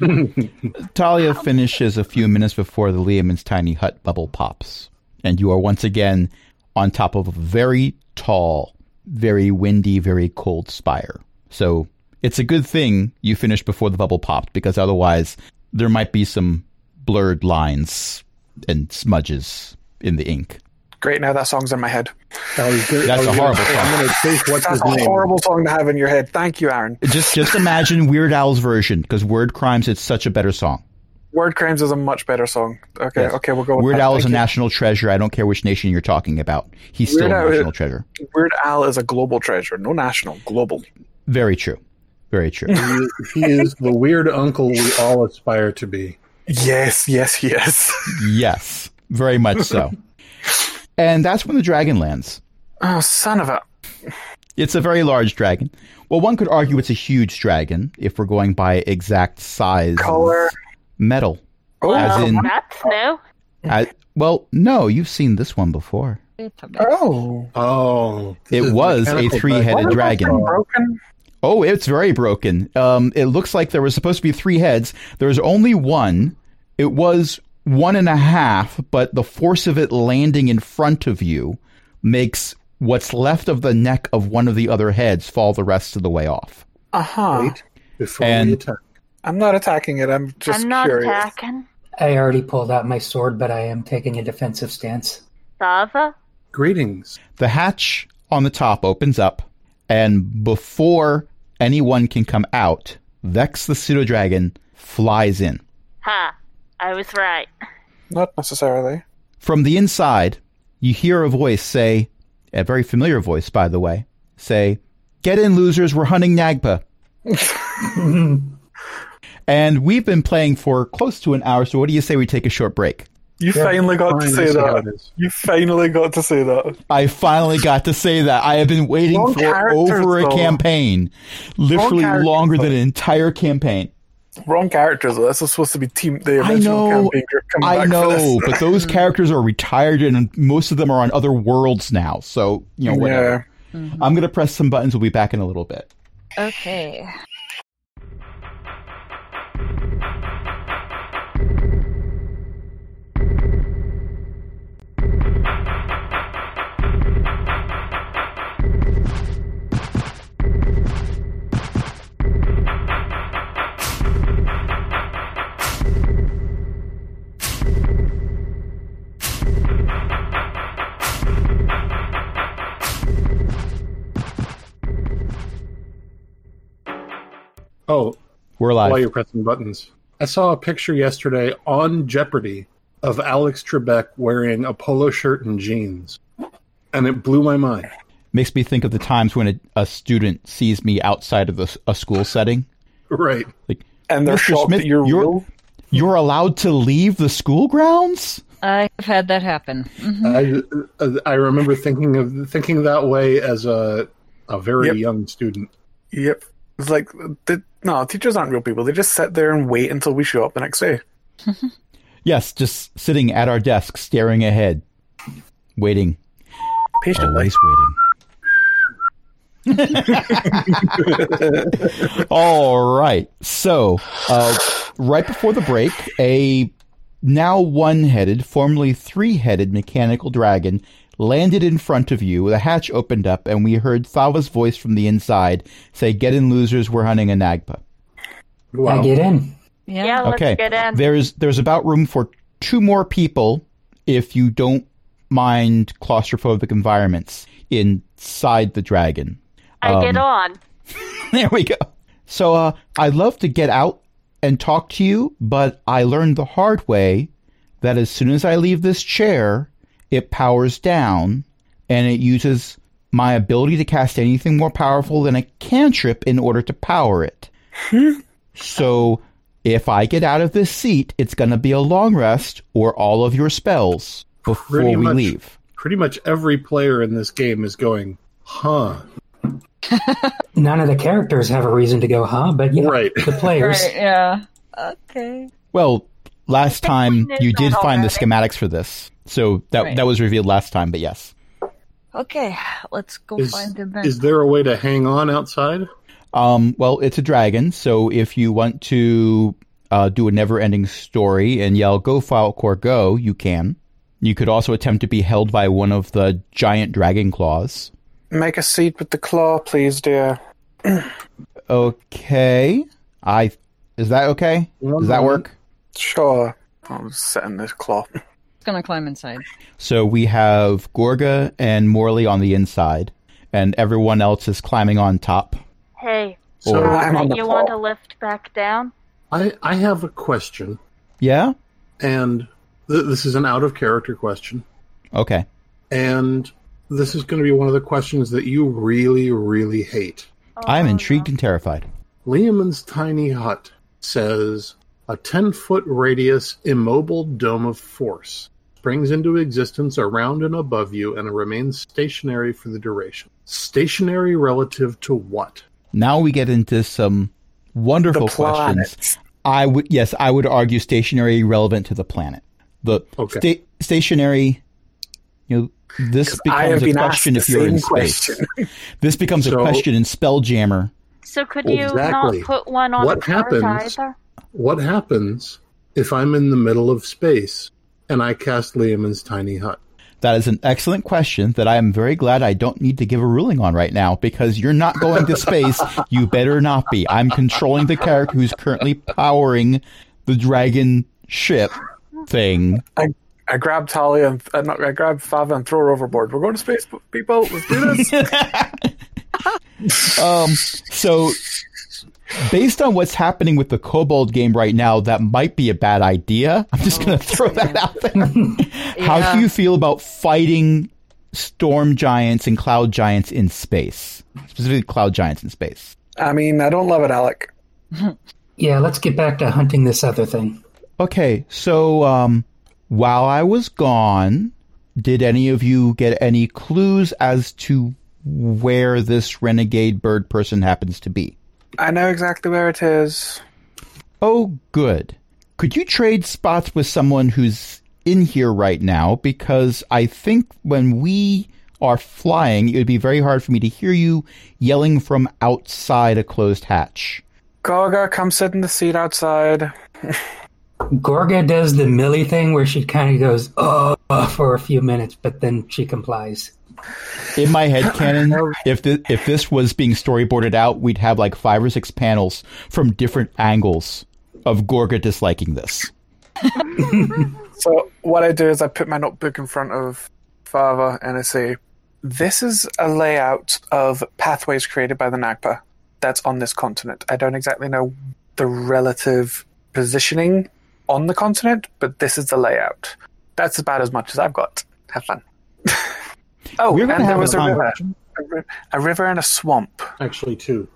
Speaker 1: Talia finishes a few minutes before the Liaman's tiny hut bubble pops, and you are once again on top of a very tall, very windy, very cold spire. So it's a good thing you finished before the bubble popped, because otherwise there might be some blurred lines and smudges in the ink.
Speaker 2: Great. Now that song's in my head.
Speaker 5: I was gonna-
Speaker 1: That's
Speaker 5: I was
Speaker 1: a
Speaker 5: gonna
Speaker 1: horrible
Speaker 5: say,
Speaker 1: song.
Speaker 5: I'm going to take what's
Speaker 2: That's
Speaker 5: his
Speaker 2: a
Speaker 5: name.
Speaker 2: horrible song to have in your head. Thank you, Aaron.
Speaker 1: Just just imagine Weird Al's version, because Word Crimes it's such a better song.
Speaker 2: Word Crimes is a much better song. Okay.
Speaker 1: Yes.
Speaker 2: Okay. We'll go with
Speaker 1: Weird
Speaker 2: that.
Speaker 1: Al is a
Speaker 2: Thank
Speaker 1: national treasure. I don't care which nation you're talking about. He's still
Speaker 2: Weird
Speaker 1: a
Speaker 2: Al-
Speaker 1: national treasure.
Speaker 2: you. Weird Al is a global treasure. No national, global.
Speaker 1: Very true. Very true.
Speaker 2: [laughs]
Speaker 5: He, he is the weird uncle we all aspire to be.
Speaker 2: Yes. Yes. Yes.
Speaker 1: yes, very much so. and that's when the dragon lands.
Speaker 2: [laughs] Oh, son of a.
Speaker 1: It's a very large dragon. Well, one could argue it's a huge dragon if we're going by exact size.
Speaker 2: Color.
Speaker 1: Metal.
Speaker 2: Oh,
Speaker 1: As
Speaker 3: Well,
Speaker 1: in-
Speaker 3: that's new.
Speaker 1: I- well, no, you've seen this one before.
Speaker 4: Wait a minute.
Speaker 2: oh.
Speaker 5: Oh,
Speaker 1: It was a three-headed
Speaker 2: Wasn't that
Speaker 1: dragon.
Speaker 2: thing Broken.
Speaker 1: Oh, it's very broken. Um, it looks like there was supposed to be three heads. There was only one. It was one and a half, but the force of it landing in front of you makes what's left of the neck of one of the other heads fall the rest of the way off.
Speaker 2: Uh huh.
Speaker 5: Wait. before
Speaker 1: And-
Speaker 5: we attack.
Speaker 2: I'm not attacking it. I'm just
Speaker 3: I'm not
Speaker 2: curious.
Speaker 3: attacking.
Speaker 6: I already pulled out my sword, but I am taking a defensive stance.
Speaker 3: Sava?
Speaker 5: Greetings.
Speaker 1: The hatch on the top opens up, and before anyone can come out, Vex the pseudo dragon flies in.
Speaker 3: Ha. I was right.
Speaker 2: Not necessarily.
Speaker 1: From the inside, you hear a voice say, a very familiar voice, by the way, say, Get in, losers, we're hunting
Speaker 2: [laughs]
Speaker 1: Nagpa. and we've been playing for close to an hour, so what do you say we take a short break?
Speaker 2: You
Speaker 6: Yeah,
Speaker 2: finally got to
Speaker 5: Fine,
Speaker 2: say
Speaker 5: that's how
Speaker 2: that.
Speaker 5: it is.
Speaker 2: You finally got to say that.
Speaker 1: I finally got to say that. I have been waiting
Speaker 2: Long
Speaker 1: for
Speaker 2: characters,
Speaker 1: over a
Speaker 2: though.
Speaker 1: campaign, literally
Speaker 2: characters,
Speaker 1: longer than
Speaker 2: though.
Speaker 1: an entire campaign.
Speaker 2: Wrong characters. though. This is supposed to be team. The
Speaker 1: I
Speaker 2: original
Speaker 1: know,
Speaker 2: campaign group coming
Speaker 1: I
Speaker 2: back for this.
Speaker 1: know,
Speaker 2: [laughs]
Speaker 1: but those characters are retired, and most of them are on other worlds now. So you know, whatever. I'm gonna press some buttons. We'll be back in a little bit.
Speaker 4: Okay.
Speaker 5: Oh,
Speaker 1: We're live.
Speaker 5: while you're pressing buttons. I saw a picture yesterday on Jeopardy of Alex Trebek wearing a polo shirt and jeans, and it blew my mind.
Speaker 1: Makes me think of the times when a, a student sees me outside of the, s- a school setting.
Speaker 5: Right.
Speaker 2: And they're
Speaker 1: Mr.
Speaker 2: shocked
Speaker 1: Smith,
Speaker 2: that you're,
Speaker 1: you're-
Speaker 2: real.
Speaker 1: You're allowed to leave the school grounds.
Speaker 4: I've had that happen. Mhm.
Speaker 5: I, I remember thinking of thinking that way as a a very
Speaker 2: Yep.
Speaker 5: young student.
Speaker 2: Yep. It's like, the, no, teachers aren't real people. They just sit there and wait until we show up the next day.
Speaker 1: Yes, just sitting at our desk, staring ahead, waiting,
Speaker 2: Patiently.
Speaker 1: always waiting. [laughs] All right. So, uh, right before the break, a now one headed, formerly three headed mechanical dragon landed in front of you. The hatch opened up, and we heard Thava's voice from the inside say, Get in, losers, we're hunting a Nagpa.
Speaker 6: I
Speaker 5: Wow.
Speaker 6: get in.
Speaker 4: Yeah.
Speaker 3: Yeah, let's
Speaker 1: Okay.
Speaker 3: get in.
Speaker 1: There's, there's about room for two more people if you don't mind claustrophobic environments inside the dragon.
Speaker 3: I
Speaker 1: um,
Speaker 3: get on.
Speaker 1: [laughs] There we go. So uh, I'd love to get out and talk to you, but I learned the hard way that as soon as I leave this chair, it powers down and it uses my ability to cast anything more powerful than a cantrip in order to power it.
Speaker 5: Hmm.
Speaker 1: so if I get out of this seat, it's going to be a long rest or all of your spells before
Speaker 5: Pretty
Speaker 1: we
Speaker 5: much.
Speaker 1: leave.
Speaker 5: Pretty much every player in this game is going, huh?
Speaker 6: None of the characters have a reason to go, huh? But you know,
Speaker 5: Right.
Speaker 6: the players.
Speaker 4: Right, yeah. Okay.
Speaker 1: Well, last time
Speaker 3: knew
Speaker 1: you
Speaker 3: that
Speaker 1: did find the
Speaker 3: already.
Speaker 1: schematics for this. So that
Speaker 4: Right.
Speaker 1: that was revealed last time, but yes.
Speaker 4: Okay. Let's go
Speaker 5: [laughs] Is,
Speaker 4: find him then.
Speaker 5: is there a way to hang on outside?
Speaker 1: Um, well, it's a dragon, so if you want to uh, do a never-ending story and yell "Go Falcor, go!" you can. You could also attempt to be held by one of the giant dragon claws.
Speaker 2: Make a seed with the claw, please, dear.
Speaker 1: Okay, I is that okay? Does that work?
Speaker 2: Sure. I'll sit in this claw.
Speaker 4: It's gonna climb inside.
Speaker 1: So we have Gorga and Morley on the inside, and everyone else is climbing on top.
Speaker 3: Hey,
Speaker 5: So
Speaker 1: Or-
Speaker 2: I'm on the
Speaker 3: you want
Speaker 2: claw.
Speaker 3: to lift back down?
Speaker 5: I, I have a question,
Speaker 1: Yeah.
Speaker 5: and th- this is an out of character question.
Speaker 1: Okay.
Speaker 5: and this is going to be one of the questions that you really, really hate.
Speaker 3: Oh.
Speaker 1: I'm intrigued and terrified.
Speaker 5: Liamon's tiny hut says a 10 foot radius immobile dome of force springs into existence around and above you and remains stationary for the duration. Stationary relative to what?
Speaker 1: Now we get into some
Speaker 2: The
Speaker 1: wonderful questions.
Speaker 2: planets.
Speaker 1: I would yes, I would argue stationary relevant to the planet. The
Speaker 5: Okay.
Speaker 1: sta- stationary, you know, this
Speaker 2: I
Speaker 1: becomes
Speaker 2: have
Speaker 1: a
Speaker 2: been asked
Speaker 1: question
Speaker 2: the
Speaker 1: if you're in
Speaker 2: same
Speaker 1: space.
Speaker 2: question.
Speaker 1: [laughs] This becomes a
Speaker 5: So-
Speaker 1: question in Spelljammer.
Speaker 3: So could you
Speaker 5: Exactly.
Speaker 3: not put one on
Speaker 5: What
Speaker 3: the card
Speaker 5: happens-
Speaker 3: either?
Speaker 5: What happens if I'm in the middle of space and I cast Liamon's tiny hut?
Speaker 1: That is an excellent question that I am very glad I don't need to give a ruling on right now because you're not going to
Speaker 2: [laughs]
Speaker 1: space. you better not be. I'm controlling the character who's currently powering the dragon ship thing.
Speaker 2: I grab Tali and uh, not, I grab Fava and throw her overboard. We're going to space, people. Let's do this.
Speaker 1: um, so based on what's happening with the kobold game right now that might be a bad idea i'm just going to throw that out there how do
Speaker 4: Yeah.
Speaker 1: you feel about fighting storm giants and cloud giants in space specifically cloud giants in space
Speaker 2: I mean, I don't love it, Alec.
Speaker 6: Yeah, let's get back to hunting this other thing.
Speaker 1: okay so um, While I was gone, did any of you get any clues as to where this renegade bird person happens to be?
Speaker 2: I know exactly where it is.
Speaker 1: Oh, good. Could you trade spots with someone who's in here right now? Because I think when we are flying, it would be very hard for me to hear you yelling from outside a closed hatch.
Speaker 2: Gorga, come sit in the seat outside.
Speaker 6: Gorga does the Millie thing where she kind of goes, oh, for a few minutes, but then she complies.
Speaker 1: In my head canon,
Speaker 2: [laughs]
Speaker 1: if this, if this was being storyboarded out, we'd have like five or six panels from different angles of Gorga disliking this.
Speaker 2: So what I do is I put my notebook in front of Father and I say, "This is a layout of pathways created by the Nagpa that's on this continent. I don't exactly know the relative positioning on the continent, but this is the layout. That's about as much as I've got. Have fun." [laughs] oh,
Speaker 1: We're gonna
Speaker 2: and
Speaker 1: have
Speaker 2: there
Speaker 1: a
Speaker 2: was a river,
Speaker 1: conversation.
Speaker 2: a ri- a river and a swamp.
Speaker 5: Actually, two.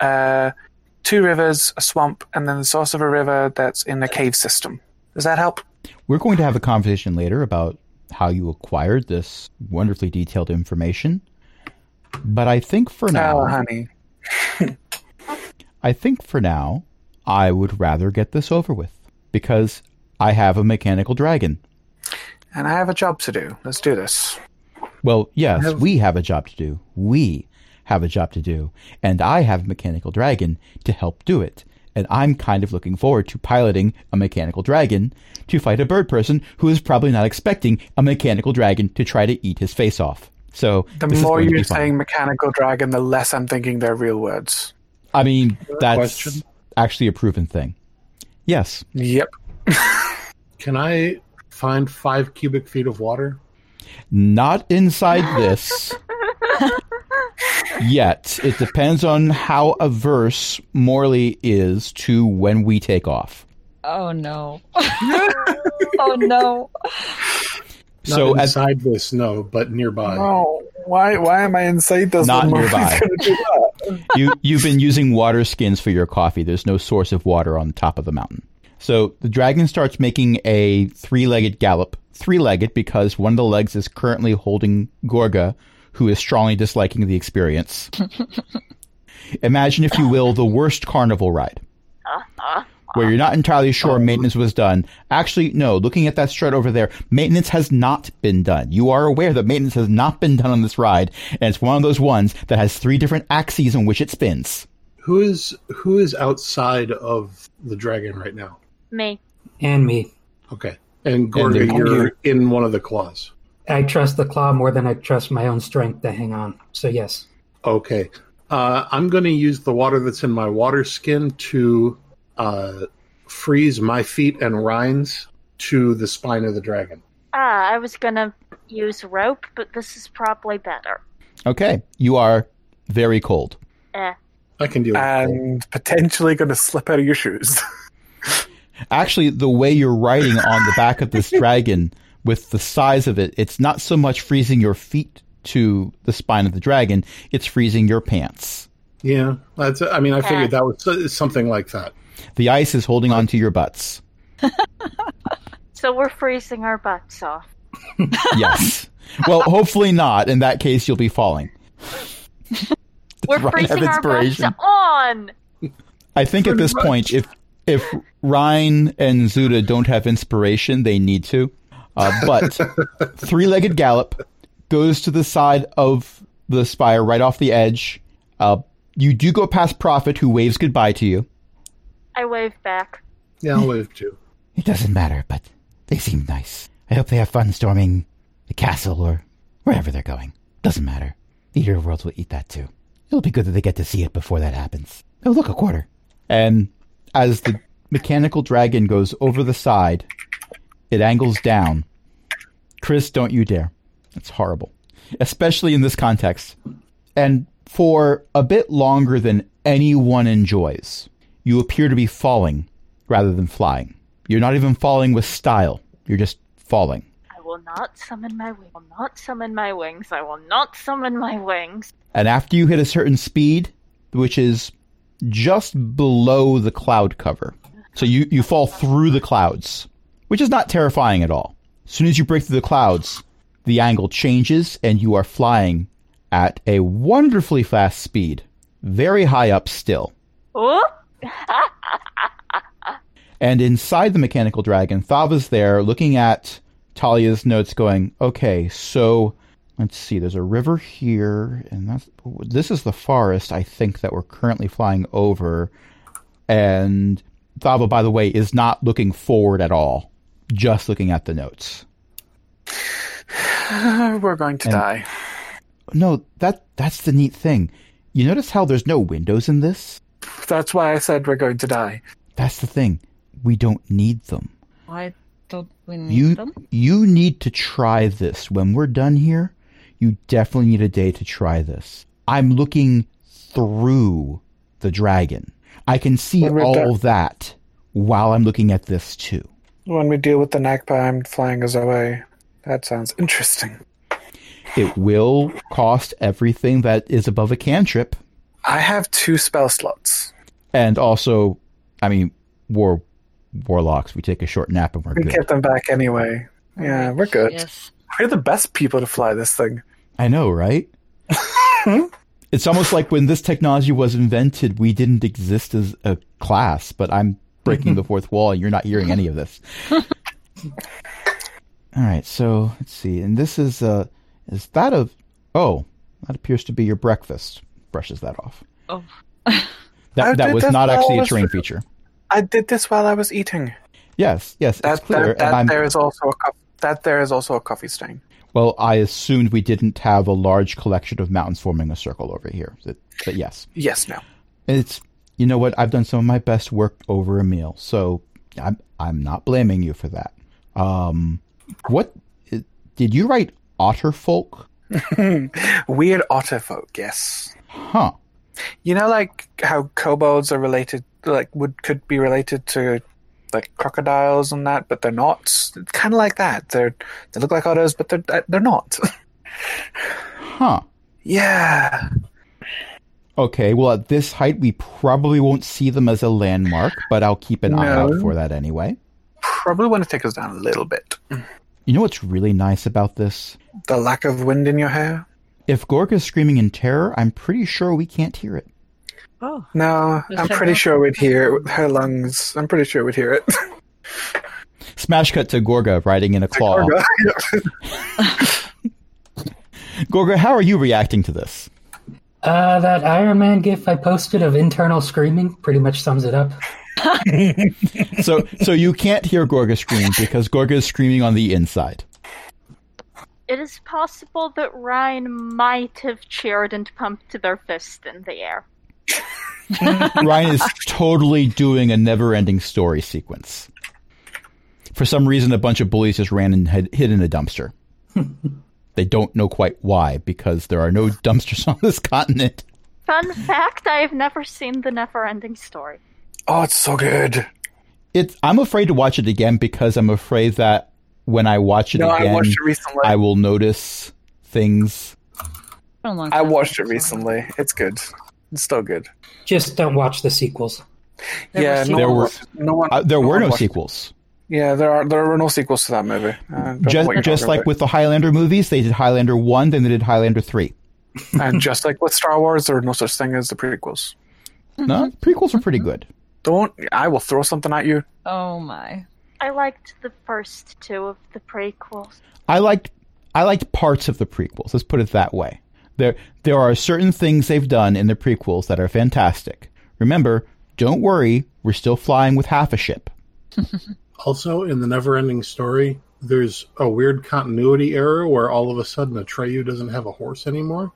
Speaker 2: Uh, two rivers, a swamp, and then the source of a river that's in a cave system. Does that help?
Speaker 1: We're going to have a conversation later about how you acquired this wonderfully detailed information. But I think for now,
Speaker 2: Oh, honey.
Speaker 1: I think for now, I would rather get this over with because I have a mechanical dragon.
Speaker 2: And I have a job to do. Let's do this.
Speaker 1: Well, yes, we have a job to do. We have a job to do. And I have a mechanical dragon to help do it. And I'm kind of looking forward to piloting a mechanical dragon to fight a bird person who is probably not expecting a mechanical dragon to try to eat his face off. So
Speaker 2: The
Speaker 1: this is
Speaker 2: more
Speaker 1: going to
Speaker 2: you're
Speaker 1: be fun.
Speaker 2: saying mechanical dragon, the less I'm thinking they're real words.
Speaker 1: I mean, that's
Speaker 5: question?
Speaker 1: actually a proven thing. Yes.
Speaker 2: Yep.
Speaker 5: Can I find five cubic feet of water?
Speaker 1: Not inside this yet. It depends on how averse Morley is to when we take off.
Speaker 4: Oh
Speaker 5: [laughs]
Speaker 4: no. oh no.
Speaker 5: Not
Speaker 1: so
Speaker 5: [laughs]
Speaker 1: as
Speaker 5: inside this, no, but nearby.
Speaker 2: Oh, why why am I inside this?
Speaker 1: Not
Speaker 2: when [laughs] we're
Speaker 1: nearby.
Speaker 2: gonna do that?
Speaker 1: you you've been using water skins for your coffee, there's no source of water on the top of the mountain. So the dragon starts making a three-legged gallop. Three-legged because one of the legs is currently holding Gorga, who is strongly disliking the experience. Imagine, if you will, the worst carnival ride.
Speaker 3: Ah,
Speaker 1: where you're not entirely sure maintenance was done. Actually, no, looking at that strut over there, maintenance has not been done. You are aware that maintenance has not been done on this ride, and it's one of those ones that has three different axes on which it spins.
Speaker 5: Who is who is outside of the dragon right now?
Speaker 3: Me.
Speaker 6: And me.
Speaker 5: Okay. And
Speaker 1: And
Speaker 5: Gorga,
Speaker 1: then-
Speaker 5: you're in one of the claws.
Speaker 6: I trust the claw more than I trust my own strength to hang on. So, yes.
Speaker 5: Okay. Uh, I'm going to use the water that's in my water skin to uh, freeze my feet and rinds to the spine of the dragon.
Speaker 3: Ah, I was gonna use rope, but this is probably better.
Speaker 1: Okay, you are very cold.
Speaker 3: Eh.
Speaker 5: I can deal with that.
Speaker 2: And potentially going to slip out of your shoes. [laughs]
Speaker 1: Actually, the way you're riding on the back of this dragon with the size of it, it's not so much freezing your feet to the spine of the dragon, it's freezing your pants.
Speaker 5: Yeah, that's. I mean, I figured that was so- something like that.
Speaker 1: The ice is holding onto your butts.
Speaker 3: So we're freezing our butts off.
Speaker 1: Yes. well, hopefully not. In that case, you'll be falling.
Speaker 3: We're
Speaker 1: Ryan have
Speaker 3: freezing our butts
Speaker 1: inspiration.
Speaker 3: on.
Speaker 1: I think at this point, if if Ryan and Zuda don't have inspiration, they need to. Uh, but three-legged gallop goes to the side of the spire, right off the edge. Uh, you do go past Prophet, who waves goodbye to you.
Speaker 3: I wave back.
Speaker 5: Yeah, I'll wave too.
Speaker 1: It doesn't matter, but they seem nice. I hope they have fun storming the castle or wherever they're going. Doesn't matter. The Eater of Worlds will eat that too. It'll be good that they get to see it before that happens. Oh, look, a quarter. And as the mechanical dragon goes over the side, it angles down. Chris, don't you dare. That's horrible, especially in this context. And for a bit longer than anyone enjoys, you appear to be falling rather than flying. You're not even falling with style. You're just falling.
Speaker 3: I will not summon my wings. I will not summon my wings. I will not summon my wings.
Speaker 1: And after you hit a certain speed, which is just below the cloud cover, so you, you fall through the clouds, which is not terrifying at all. soon as you break through the clouds, the angle changes and you are flying at a wonderfully fast speed, very high up still.
Speaker 3: Ooh,
Speaker 1: And inside the mechanical dragon, Thava's there looking at Talia's notes, going, okay, so let's see, there's a river here, and that's this is the forest, I think, that we're currently flying over. And Thava, by the way, is not looking forward at all, just looking at the notes.
Speaker 2: We're going to
Speaker 1: And-
Speaker 2: die.
Speaker 1: No, that that's the neat thing. You notice how there's no windows in this?
Speaker 2: That's why I said we're going to die.
Speaker 1: That's the thing. We don't need them.
Speaker 4: Why don't we need
Speaker 1: You
Speaker 4: them?
Speaker 1: you need to try this. When we're done here, you definitely need a day to try this. I'm looking through the dragon. I can see
Speaker 2: When we're
Speaker 1: all
Speaker 2: done-
Speaker 1: that while I'm looking at this too.
Speaker 2: When we deal with the Nakba, I'm flying us away. That sounds interesting.
Speaker 1: It will cost everything that is above a cantrip,
Speaker 2: I have two spell slots.
Speaker 1: and also, I mean, war warlocks. We take a short nap and we're
Speaker 2: We
Speaker 1: good.
Speaker 2: get them back anyway. Yeah, we're good.
Speaker 4: Yes.
Speaker 2: We're the best people to fly this thing.
Speaker 1: I know,
Speaker 2: [laughs]
Speaker 1: right? it's almost like when this technology was invented, we didn't exist as a class, but I'm breaking
Speaker 2: Mm-hmm.
Speaker 1: the fourth wall and you're not hearing any of
Speaker 2: [laughs]
Speaker 1: this. All right, so let's see. And this is uh is that a oh, that appears to be your breakfast. Brushes that off.
Speaker 4: Oh.
Speaker 1: That
Speaker 2: I
Speaker 1: that
Speaker 2: did
Speaker 1: was
Speaker 2: that
Speaker 1: not actually a
Speaker 2: always-
Speaker 1: terrain feature.
Speaker 2: I did this while I was eating.
Speaker 1: Yes, yes,
Speaker 2: That,
Speaker 1: it's clear.
Speaker 2: that, that
Speaker 1: and I'm,
Speaker 2: there is also a co- that there is also a coffee stain.
Speaker 1: well, I assumed we didn't have a large collection of mountains forming a circle over here. But- but yes. [laughs]
Speaker 2: Yes, no.
Speaker 1: It's you know what I've done some of my best work over a meal, so I'm I'm not blaming you for that. Um, what did you write? Otterfolk?
Speaker 2: Weird otter folk, yes.
Speaker 1: Huh?
Speaker 2: You know, like how kobolds are related, like would could be related to like crocodiles and that, but they're not. It's kind of like that. They're they look like otters, but they're they're not. [laughs]
Speaker 1: Huh?
Speaker 2: yeah,
Speaker 1: Okay. Well, at this height, we probably won't see them as a landmark, but I'll keep an eye out
Speaker 2: No.
Speaker 1: for that anyway.
Speaker 2: probably want to take us down a little bit.
Speaker 1: You know what's really nice about this?
Speaker 2: The lack of wind in your hair.
Speaker 1: If Gork is screaming in terror, I'm pretty sure we can't hear it.
Speaker 4: Oh.
Speaker 2: No,
Speaker 4: The
Speaker 2: I'm
Speaker 4: second-
Speaker 2: pretty sure we'd hear it. her lungs. I'm pretty sure we'd hear it. [laughs]
Speaker 1: Smash cut to Gorga riding in a claw. Gorga. [laughs] how are you reacting to this?
Speaker 6: Uh, that Iron Man gif I posted of internal screaming pretty much sums it up.
Speaker 1: so so you can't hear Gorga scream because Gorga is screaming on the inside.
Speaker 3: it is possible that Ryan might have cheered and pumped their fist in the air.
Speaker 1: Ryan is totally doing a never-ending story sequence. For some reason, a bunch of bullies just ran and had hid in a dumpster. they don't know quite why because there are no dumpsters [laughs] on this continent.
Speaker 3: Fun fact, I have never seen the never-ending story.
Speaker 2: oh, it's so good.
Speaker 1: It's I'm afraid to watch it again because I'm afraid that when I watch it
Speaker 2: No, I
Speaker 1: again,
Speaker 2: watched it recently.
Speaker 1: I will notice things.
Speaker 4: been a long
Speaker 2: I
Speaker 4: time
Speaker 2: watched it
Speaker 4: since I saw
Speaker 2: recently. It's good. It's still good.
Speaker 6: Just don't watch the sequels.
Speaker 4: There were
Speaker 2: yeah, no,
Speaker 1: There
Speaker 2: one
Speaker 1: were-
Speaker 2: watched- no one.
Speaker 1: Uh, there were
Speaker 2: one
Speaker 1: no
Speaker 2: watched-
Speaker 1: sequels.
Speaker 2: Yeah, there are there were no sequels to that movie. I don't know
Speaker 1: Just
Speaker 2: what you're
Speaker 1: just
Speaker 2: talking
Speaker 1: like
Speaker 2: about.
Speaker 1: with the Highlander movies, they did Highlander one, then they did Highlander three.
Speaker 2: and just like with Star Wars, there are no such thing as the prequels.
Speaker 1: No, prequels are pretty good.
Speaker 2: Don't I will throw something at you.
Speaker 4: it. Oh my.
Speaker 3: I liked the first two of the prequels.
Speaker 1: I liked I liked parts of the prequels. Let's put it that way. There there are certain things they've done in the prequels that are fantastic. Remember, don't worry, we're still flying with half a ship.
Speaker 5: Also, in the never ending story, there's a weird continuity error where all of a sudden Atreyu doesn't have a horse anymore.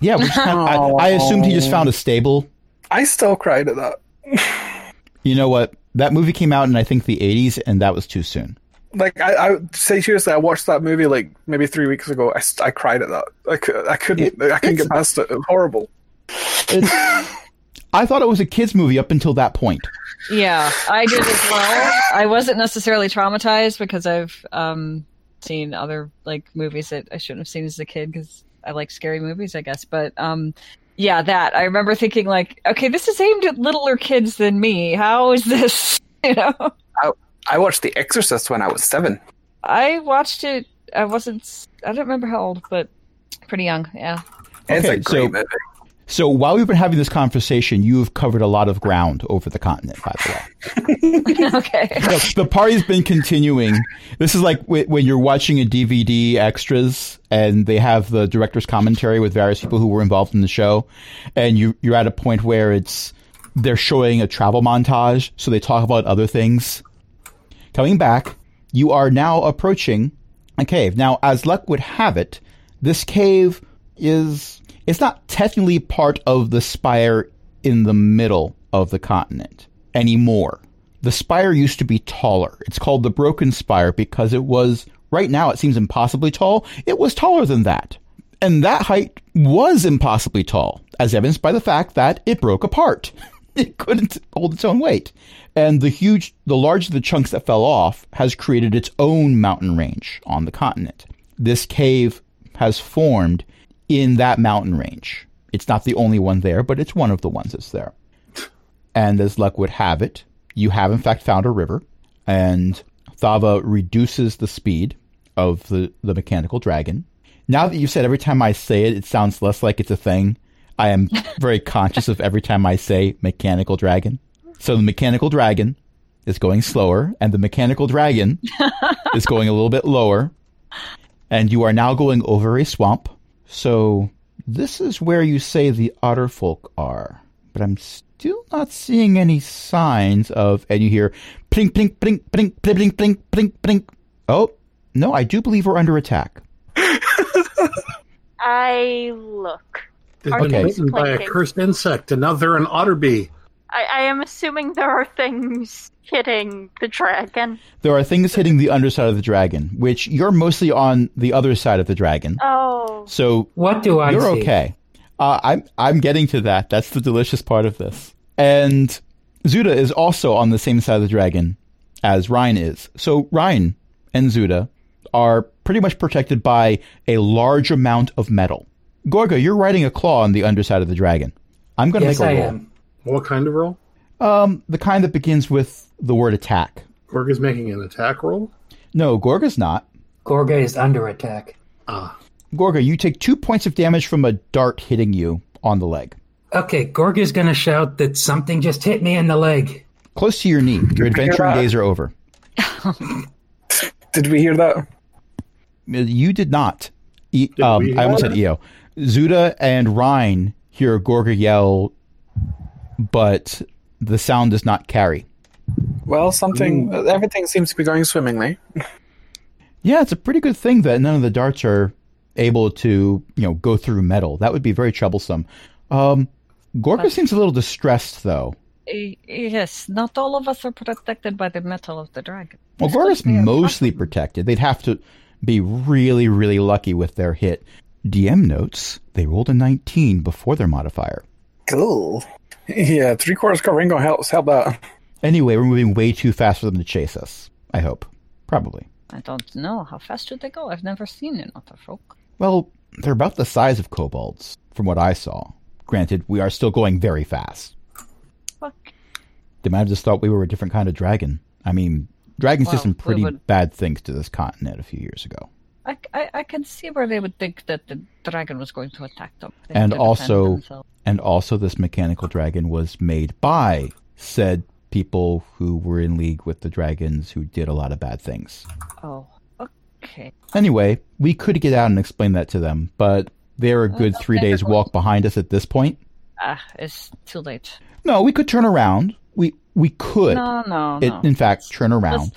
Speaker 1: Yeah, we just kind of- I, I assumed he just found a stable.
Speaker 2: I still cried at that.
Speaker 1: You know what? That movie came out in I think the 80s, and that was too soon.
Speaker 2: Like I, I say seriously, I watched that movie like maybe three weeks ago. I, st- I cried at that. I, cou- I couldn't I couldn't get past it. It was horrible.
Speaker 1: It's- I thought it was a kids movie up until that point.
Speaker 4: Yeah, I did as well. I wasn't necessarily traumatized because I've um, seen other like movies that I shouldn't have seen as a kid because I like scary movies, I guess. But um, yeah, that I remember thinking like, okay, this is aimed at littler kids than me. How is this? [laughs] You know?
Speaker 2: I watched The Exorcist when I was seven.
Speaker 4: I watched it. I wasn't. I don't remember how old, but pretty young. Yeah. [laughs]
Speaker 2: it's a
Speaker 1: Okay,
Speaker 2: great
Speaker 1: so-
Speaker 2: movie.
Speaker 1: So while we've been having this conversation, you've covered a lot of ground over the continent, by the way.
Speaker 4: okay.
Speaker 1: [laughs] No, the party's been continuing. This is like wh- when you're watching a DVD extras and they have the director's commentary with various people who were involved in the show, and you you're at a point where it's they're showing a travel montage, so they talk about other things. Coming back, you are now approaching a cave. Now, as luck would have it, this cave is it's not technically part of the spire in the middle of the continent anymore. The spire used to be taller. It's called the broken spire because it was right now it seems impossibly tall. It was taller than that. And that height was impossibly tall, as evidenced by the fact that it broke apart. [laughs] It couldn't hold its own weight. And the huge, the large of the chunks that fell off has created its own mountain range on the continent. This cave has formed in that mountain range. It's not the only one there, but it's one of the ones that's there. And as luck would have it, you have in fact found a river, and Thava reduces the speed of the, the mechanical dragon. Now that you've said every time I say it, it sounds less like it's a thing. I am very conscious of every time I say mechanical dragon. So the mechanical dragon is going slower, and the mechanical dragon is going a little bit lower. And you are now going over a swamp. So this is where you say the otterfolk are, but I'm still not seeing any signs of. And you hear plink, plink, plink, plink, plink, plink, plink, plink, plink. Oh no, I do believe we're under attack.
Speaker 3: I look.
Speaker 5: They've
Speaker 3: Are
Speaker 1: they
Speaker 5: been bitten by a
Speaker 3: blinking?
Speaker 5: cursed insect, and now they're an otterbee.
Speaker 3: I, I am assuming there are things hitting the dragon.
Speaker 1: There are things hitting the underside of the dragon, which you're mostly on the other side of the dragon.
Speaker 3: Oh,
Speaker 1: So
Speaker 6: What do I
Speaker 1: You're
Speaker 6: see?
Speaker 1: okay. Uh, I'm I'm getting to that. That's the delicious part of this. And Zuda is also on the same side of the dragon as Ryan is. So Ryan and Zuda are pretty much protected by a large amount of metal. Gorga, you're riding a claw on the underside of the dragon. I'm going to
Speaker 6: Yes,
Speaker 1: make
Speaker 6: I
Speaker 1: a roll.
Speaker 6: am.
Speaker 5: What kind of roll?
Speaker 1: Um, the kind that begins with the word attack.
Speaker 5: Gorg is making an attack roll.
Speaker 1: No, Gorga's not.
Speaker 6: Gorga is under attack.
Speaker 5: Ah,
Speaker 1: Gorga, you take two points of damage from a dart hitting you on the leg,
Speaker 6: Okay, Gorga's gonna shout that something just hit me in the leg.
Speaker 1: close to your knee. Your adventuring
Speaker 2: out.
Speaker 1: days are over.
Speaker 2: Did we hear that?
Speaker 1: You did not. E-
Speaker 5: we?
Speaker 1: um, I almost said EO. Zuda and Rhine hear Gorga yell, but the sound does not carry.
Speaker 2: Well, something.
Speaker 1: Mm.
Speaker 2: Everything seems to be going swimmingly.
Speaker 1: Yeah, it's a pretty good thing that none of the darts are able to, you know, go through metal. That would be very troublesome. Um, Gorga seems a little distressed, though.
Speaker 4: Y- Yes. Not all of us are protected by the metal of the dragon.
Speaker 1: Well, Gorga's mostly protected. They'd have to be really, really lucky with their hit. DM notes they rolled a 19 before their modifier.
Speaker 2: Cool. Yeah, three quarters Coringo helps. Help out.
Speaker 1: Anyway, we're moving way too fast for them to chase us. I hope. Probably.
Speaker 4: I don't know how fast should they go. I've never seen an other folk.
Speaker 1: Well, they're about the size of kobolds, from what I saw. Granted, we are still going very fast.
Speaker 3: fuck.
Speaker 1: They might have just thought we were a different kind of dragon. I mean, dragons did
Speaker 4: Well,
Speaker 1: some
Speaker 4: we
Speaker 1: pretty
Speaker 4: would-
Speaker 1: bad things to this continent a few years ago.
Speaker 4: I, I, I can see where they would think that the dragon was going to attack them. They
Speaker 1: And
Speaker 4: have to defend
Speaker 1: also-
Speaker 4: themselves.
Speaker 1: And also, this mechanical dragon was made by said people who were in league with the dragons who did a lot of bad things.
Speaker 4: Oh, okay.
Speaker 1: Anyway, we could get out and explain that to them, but they're a good three days walk behind us at this point.
Speaker 4: Ah, it's too late.
Speaker 1: No, we could turn around. We we could,
Speaker 4: No, no,
Speaker 1: it,
Speaker 4: no.
Speaker 1: in fact, turn around.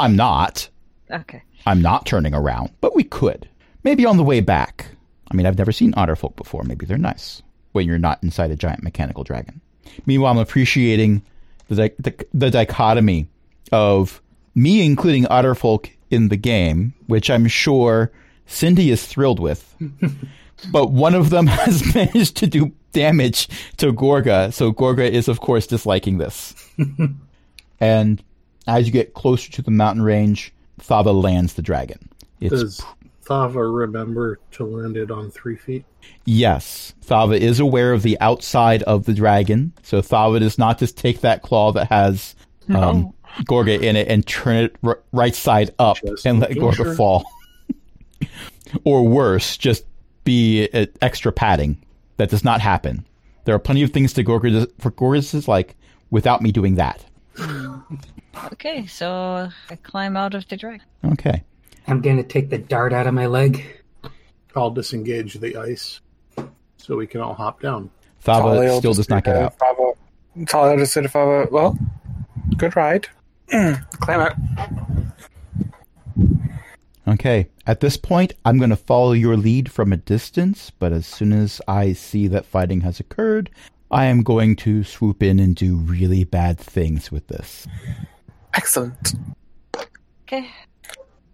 Speaker 1: I'm not.
Speaker 4: Okay.
Speaker 1: I'm not turning around, but we could. Maybe on the way back. I mean, I've never seen otterfolk before. Maybe they're nice when you're not inside a giant mechanical dragon. Meanwhile, I'm appreciating the di- the, the dichotomy of me including otterfolk in the game, which I'm sure Cindy is thrilled with. but one of them [laughs] has managed to do damage to Gorga, so Gorga is of course disliking this. and as you get closer to the mountain range, Thava lands the dragon. It's
Speaker 5: does Thava remember to land it on three feet?
Speaker 1: Yes, Thava is aware of the outside of the dragon, so Thava does not just take that claw that has um, Gorga in it and turn it r- right side up
Speaker 5: Just
Speaker 1: and let
Speaker 5: making
Speaker 1: Gorga
Speaker 5: sure.
Speaker 1: fall. [laughs] or worse, just be uh, extra padding. That does not happen. There are plenty of things to Gorga for Gorga's is like without me doing that.
Speaker 4: Okay, so I climb out of the drag.
Speaker 1: Okay.
Speaker 6: I'm going to take the dart out of my leg.
Speaker 5: I'll disengage the ice so we can all hop down.
Speaker 1: Thava
Speaker 2: Talia
Speaker 1: still does not get
Speaker 2: said,
Speaker 1: out.
Speaker 2: Fava, Talia just said, Fava, well, good ride. Mm, Climb out.
Speaker 1: Okay. At this point, I'm going to follow your lead from a distance, but as soon as I see that fighting has occurred, I am going to swoop in and do really bad things with this.
Speaker 2: Excellent.
Speaker 4: Okay.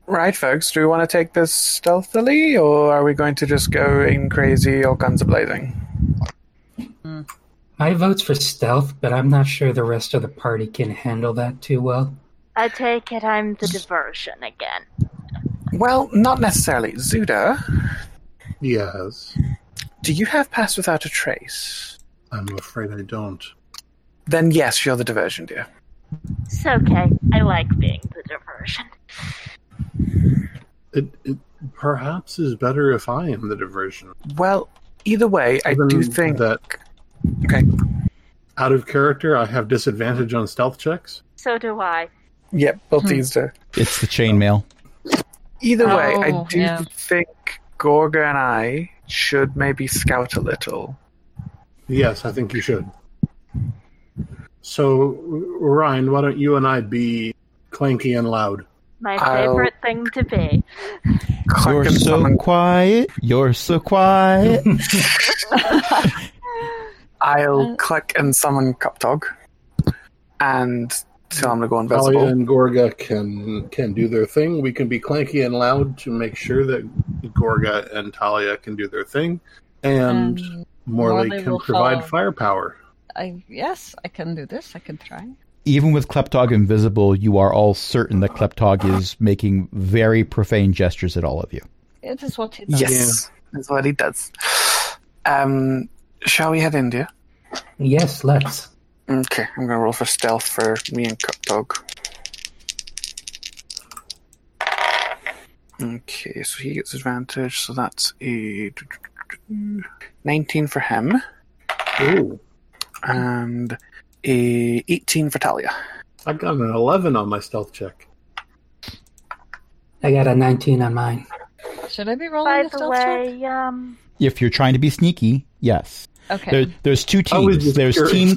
Speaker 2: Right, folks, do we want to take this stealthily, or are we going to just go in crazy or guns a-blazing?
Speaker 6: My vote's for stealth, but I'm not sure the rest of the party can handle that too well.
Speaker 3: I take it I'm the diversion again.
Speaker 2: Well, not necessarily. Zuda,
Speaker 5: Yes,
Speaker 2: do you have Pass Without a Trace?
Speaker 5: I'm afraid I don't.
Speaker 2: Then yes, you're the diversion, dear.
Speaker 3: It's okay. I like being the diversion.
Speaker 5: It, it perhaps is better if I am the diversion.
Speaker 2: Well, either way, I do
Speaker 5: Given
Speaker 2: think...
Speaker 5: that
Speaker 2: Okay.
Speaker 5: out of character, I have disadvantage on stealth checks.
Speaker 3: So do I.
Speaker 2: Yep, both these do.
Speaker 1: It's the chainmail.
Speaker 2: Either way, I
Speaker 4: Oh,
Speaker 2: do
Speaker 4: yeah.
Speaker 2: think Gorga and I should maybe scout a little.
Speaker 5: Yes, I think you should. So, R- Ryan, why don't you and I be clanky and loud?
Speaker 3: My
Speaker 2: I'll-
Speaker 3: favorite thing to be.
Speaker 2: Clunk
Speaker 1: You're
Speaker 2: and
Speaker 1: so
Speaker 2: summon-
Speaker 1: quiet. You're so quiet. Uh,
Speaker 2: I'll click and summon Cupdog, and tell him to
Speaker 1: Oh,
Speaker 2: go
Speaker 5: Talia
Speaker 2: invisible.
Speaker 5: and Gorga can can do their thing. We can be clanky and loud to make sure that Gorga and Talia can do their thing, and
Speaker 4: Um,
Speaker 5: Morley,
Speaker 4: Morley
Speaker 5: can
Speaker 4: will
Speaker 5: provide
Speaker 4: follow.
Speaker 5: firepower.
Speaker 4: I yes, I can do this. I can try.
Speaker 1: Even with Kleptog invisible, you are all certain that Kleptog is making very profane gestures at all of you.
Speaker 4: It is what he does.
Speaker 2: Yes, that's what he does. Um, shall we head in, dear?
Speaker 6: Yes, let's.
Speaker 2: Okay, I'm gonna roll for stealth for me and Cupdog. Okay, so he gets advantage, so that's a 19 for him
Speaker 5: Ooh,
Speaker 2: and a 18 for Talia.
Speaker 5: I got an eleven on my stealth check.
Speaker 6: I got a 19 on mine.
Speaker 4: Should I be rolling
Speaker 3: By
Speaker 4: the
Speaker 3: the
Speaker 4: stealth check?
Speaker 3: way, um,
Speaker 1: If you're trying to be sneaky, yes.
Speaker 4: Okay.
Speaker 1: There, there's two
Speaker 5: I was
Speaker 1: teams.
Speaker 5: just
Speaker 1: There's
Speaker 5: curious.
Speaker 1: team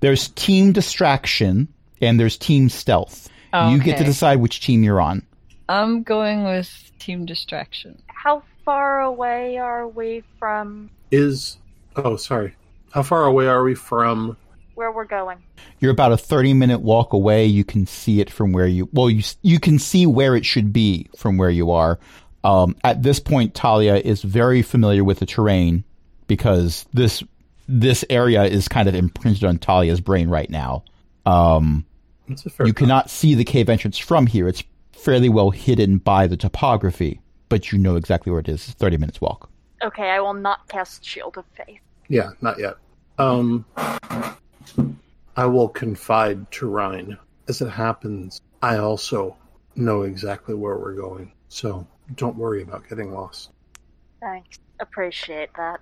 Speaker 1: there's team distraction and there's team stealth.
Speaker 4: Oh,
Speaker 1: You get to
Speaker 4: okay.
Speaker 1: decide which team you're on.
Speaker 4: I'm going with team distraction.
Speaker 3: how far away are we from
Speaker 5: Is oh sorry, how far away are we from?
Speaker 3: where we're going?
Speaker 1: You're about a 30 minute walk away. You can see it from where you well you s- you can see where it should be from where you are. Um, at this point, Talia is very familiar with the terrain because this this area is kind of imprinted on Talia's brain right now. Um,
Speaker 5: That's a fair.
Speaker 1: you cannot see the cave entrance from here. It's fairly well hidden by the topography, but you know exactly where it is. It's 30 minutes walk.
Speaker 3: Okay, I will not cast Shield of Faith.
Speaker 5: Yeah, not yet. Um, I will confide to Ryan. As it happens, I also know exactly where we're going, so don't worry about getting lost.
Speaker 3: Thanks. Appreciate that.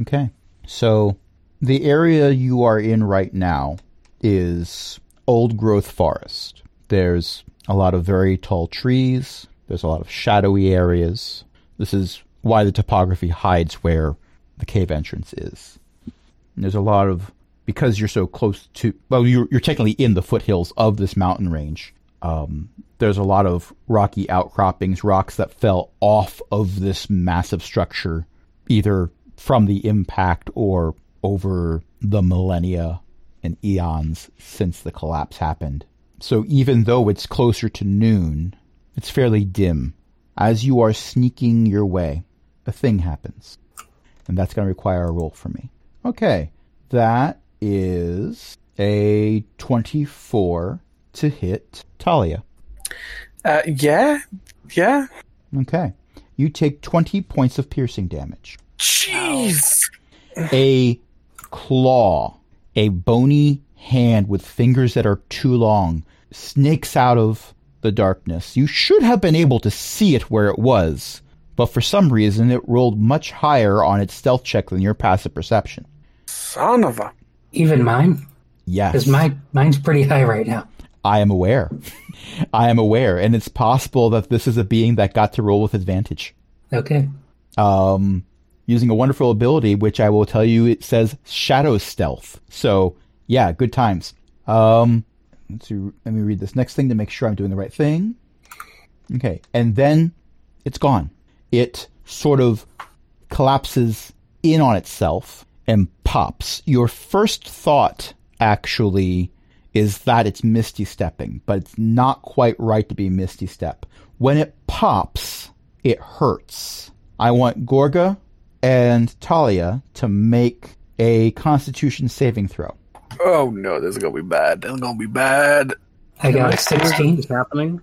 Speaker 1: Okay. So the area you are in right now is old growth forest. There's a lot of very tall trees, there's a lot of shadowy areas. This is why the topography hides where the cave entrance is. And there's a lot of because you're so close to well you're, you're technically in the foothills of this mountain range um, there's a lot of rocky outcroppings rocks that fell off of this massive structure either from the impact or over the millennia and eons since the collapse happened so even though it's closer to noon it's fairly dim as you are sneaking your way a thing happens and that's going to require a roll for me okay that is a 24 to hit Talia.
Speaker 2: Uh, yeah, yeah.
Speaker 1: Okay. You take 20 points of piercing damage.
Speaker 2: Jeez.
Speaker 1: A claw, a bony hand with fingers that are too long, snakes out of the darkness. You should have been able to see it where it was, but for some reason it rolled much higher on its stealth check than your passive perception.
Speaker 2: Son of a.
Speaker 6: Even mine,
Speaker 1: Yes.
Speaker 6: because my mine's pretty high right now.
Speaker 1: I am aware. [laughs] I am aware, and it's possible that this is a being that got to roll with advantage.
Speaker 6: Okay,
Speaker 1: Um, using a wonderful ability, which I will tell you it says shadow stealth. So yeah, good times. Um, let's see, let me read this next thing to make sure I'm doing the right thing. Okay, and then it's gone. It sort of collapses in on itself and pops. Your first thought actually is that it's misty stepping, but it's not quite right to be misty step. When it pops, it hurts. I want Gorga and Talia to make a constitution saving throw.
Speaker 2: Oh no, this is gonna be bad. This is gonna be bad.
Speaker 6: I got a sixteen.
Speaker 5: Is happening?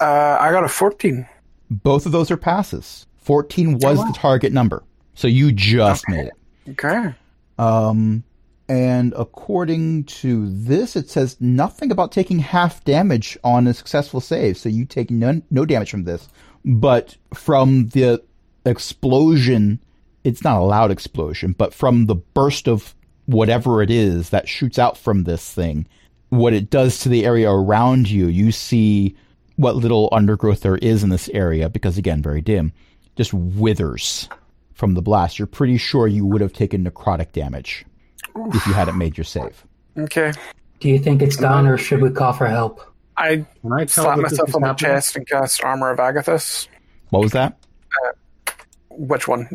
Speaker 2: Uh, I got a 14.
Speaker 1: Both of those are passes. 14 was the target number. So you just made it.
Speaker 2: Okay.
Speaker 1: Um, and according to this, it says nothing about taking half damage on a successful save. So you take none, no damage from this. But from the explosion, it's not a loud explosion, but from the burst of whatever it is that shoots out from this thing, what it does to the area around you, you see what little undergrowth there is in this area, because again, very dim, just withers from the blast, you're pretty sure you would have taken necrotic damage if you hadn't made your save.
Speaker 2: Okay.
Speaker 6: Do you think it's gone, or should we call for help?
Speaker 2: I
Speaker 5: Can I tell
Speaker 2: slap
Speaker 5: that this
Speaker 2: myself
Speaker 5: is
Speaker 2: on the
Speaker 5: happening?
Speaker 2: chest and cast Armor of Agathis.
Speaker 1: What was that?
Speaker 2: Which one?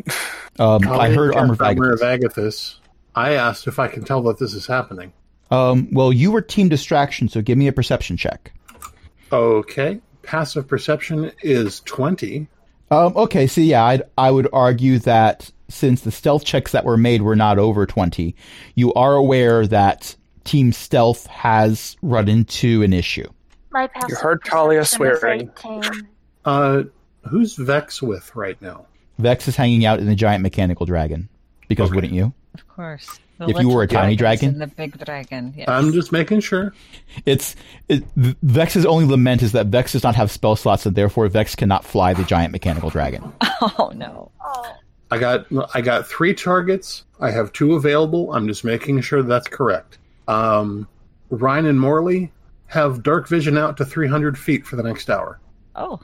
Speaker 1: Um, I
Speaker 5: Talia
Speaker 1: heard
Speaker 5: cast
Speaker 1: armor of
Speaker 5: Armor
Speaker 1: Agathis.
Speaker 5: of Agathis. I asked if I can tell that this is happening.
Speaker 1: Um, well, you were team distraction, so give me a perception check.
Speaker 5: Okay. Passive perception is 20.
Speaker 1: Um, okay, so yeah, I'd, I would argue that since the stealth checks that were made were not over 20, you are aware that team stealth has run into an issue.
Speaker 3: My passive
Speaker 2: heard Talia
Speaker 3: perception is
Speaker 2: swearing.
Speaker 3: 18.
Speaker 5: Uh, who's Vex with right now?
Speaker 1: Vex is hanging out in the giant mechanical dragon, because
Speaker 5: Okay.
Speaker 1: wouldn't you?
Speaker 4: Of course. The
Speaker 1: If you were a
Speaker 4: little
Speaker 1: tiny
Speaker 4: dragons
Speaker 1: dragon?
Speaker 4: and the big dragon. Yes. [laughs]
Speaker 5: I'm just making sure.
Speaker 1: It's it, Vex's only lament is that Vex does not have spell slots, and therefore Vex cannot fly the giant mechanical dragon.
Speaker 4: Oh no.
Speaker 3: Oh,
Speaker 5: I got I got three targets. I have two available. I'm just making sure that's correct. Um, Ryan and Morley have dark vision out to 300 feet for the next hour.
Speaker 4: Oh.